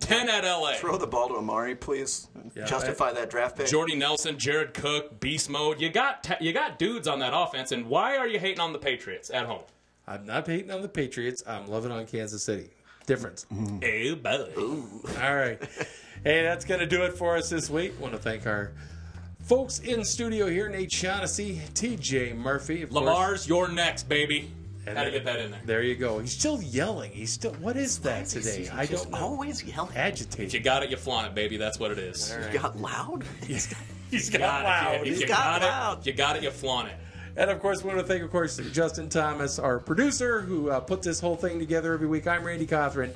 Speaker 2: Ten at LA.
Speaker 4: Throw the ball to Amari, please. Justify that draft pick.
Speaker 2: Jordy Nelson, Jared Cook, beast mode. You got ta- you got dudes on that offense, and why are you hating on the Patriots at home?
Speaker 3: I'm not hating on the Patriots. I'm loving on Kansas City. Difference.
Speaker 2: Oh boy.
Speaker 3: All right. Hey, that's going to do it for us this week. want to thank our folks in studio here Nate Shaughnessy, TJ Murphy. Of course.
Speaker 2: Lamar's your next, baby.
Speaker 3: And
Speaker 2: Had to get
Speaker 3: then-
Speaker 2: that in there.
Speaker 3: There you go. He's still yelling. He's still. What is that today? I don't know.
Speaker 4: Always yelling.
Speaker 2: If you
Speaker 3: Agitated.
Speaker 2: got it, you flaunt it, baby. That's what it is.
Speaker 4: He got loud.
Speaker 2: He's got, it. If
Speaker 3: loud.
Speaker 2: you- If
Speaker 3: He's
Speaker 2: you
Speaker 4: got
Speaker 2: got, it,
Speaker 4: loud.
Speaker 2: if you got it, you flaunt it.
Speaker 3: And of course, we want to thank, of course, Justin Thomas, our producer, who uh, puts this whole thing together every week. I'm Randy Cothran.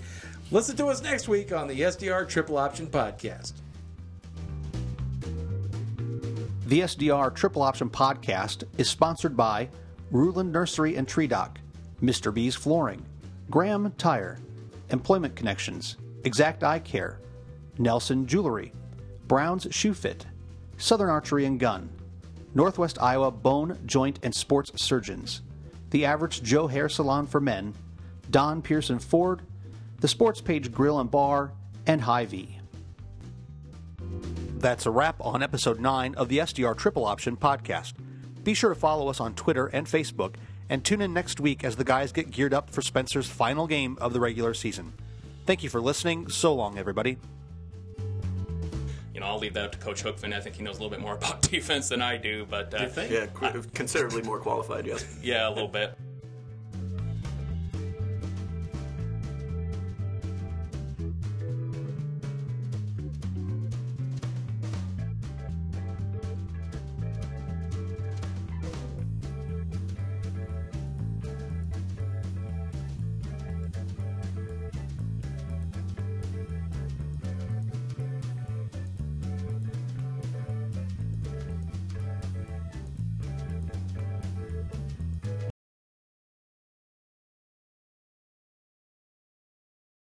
Speaker 3: Listen to us next week on the SDR Triple Option Podcast.
Speaker 1: The SDR Triple Option Podcast is sponsored by Ruland Nursery and Tree Dock, Mr. B's Flooring, Graham Tire, Employment Connections, Exact Eye Care, Nelson Jewelry, Brown's Shoe Fit, Southern Archery and Gun, Northwest Iowa Bone, Joint, and Sports Surgeons, The Average Joe Hair Salon for Men, Don Pearson Ford, The Sports Page Grill and Bar, and Hy-Vee. That's a wrap on episode 9 of the SDR Triple Option podcast. Be sure to follow us on Twitter and Facebook and tune in next week as the guys get geared up for Spencer's final game of the regular season. Thank you for listening. So long, everybody.
Speaker 2: You know, I'll leave that up to Coach Hookman. I think he knows a little bit more about defense than I do, but uh,
Speaker 4: yeah, qu- considerably more qualified. Yes.
Speaker 2: yeah, a little bit.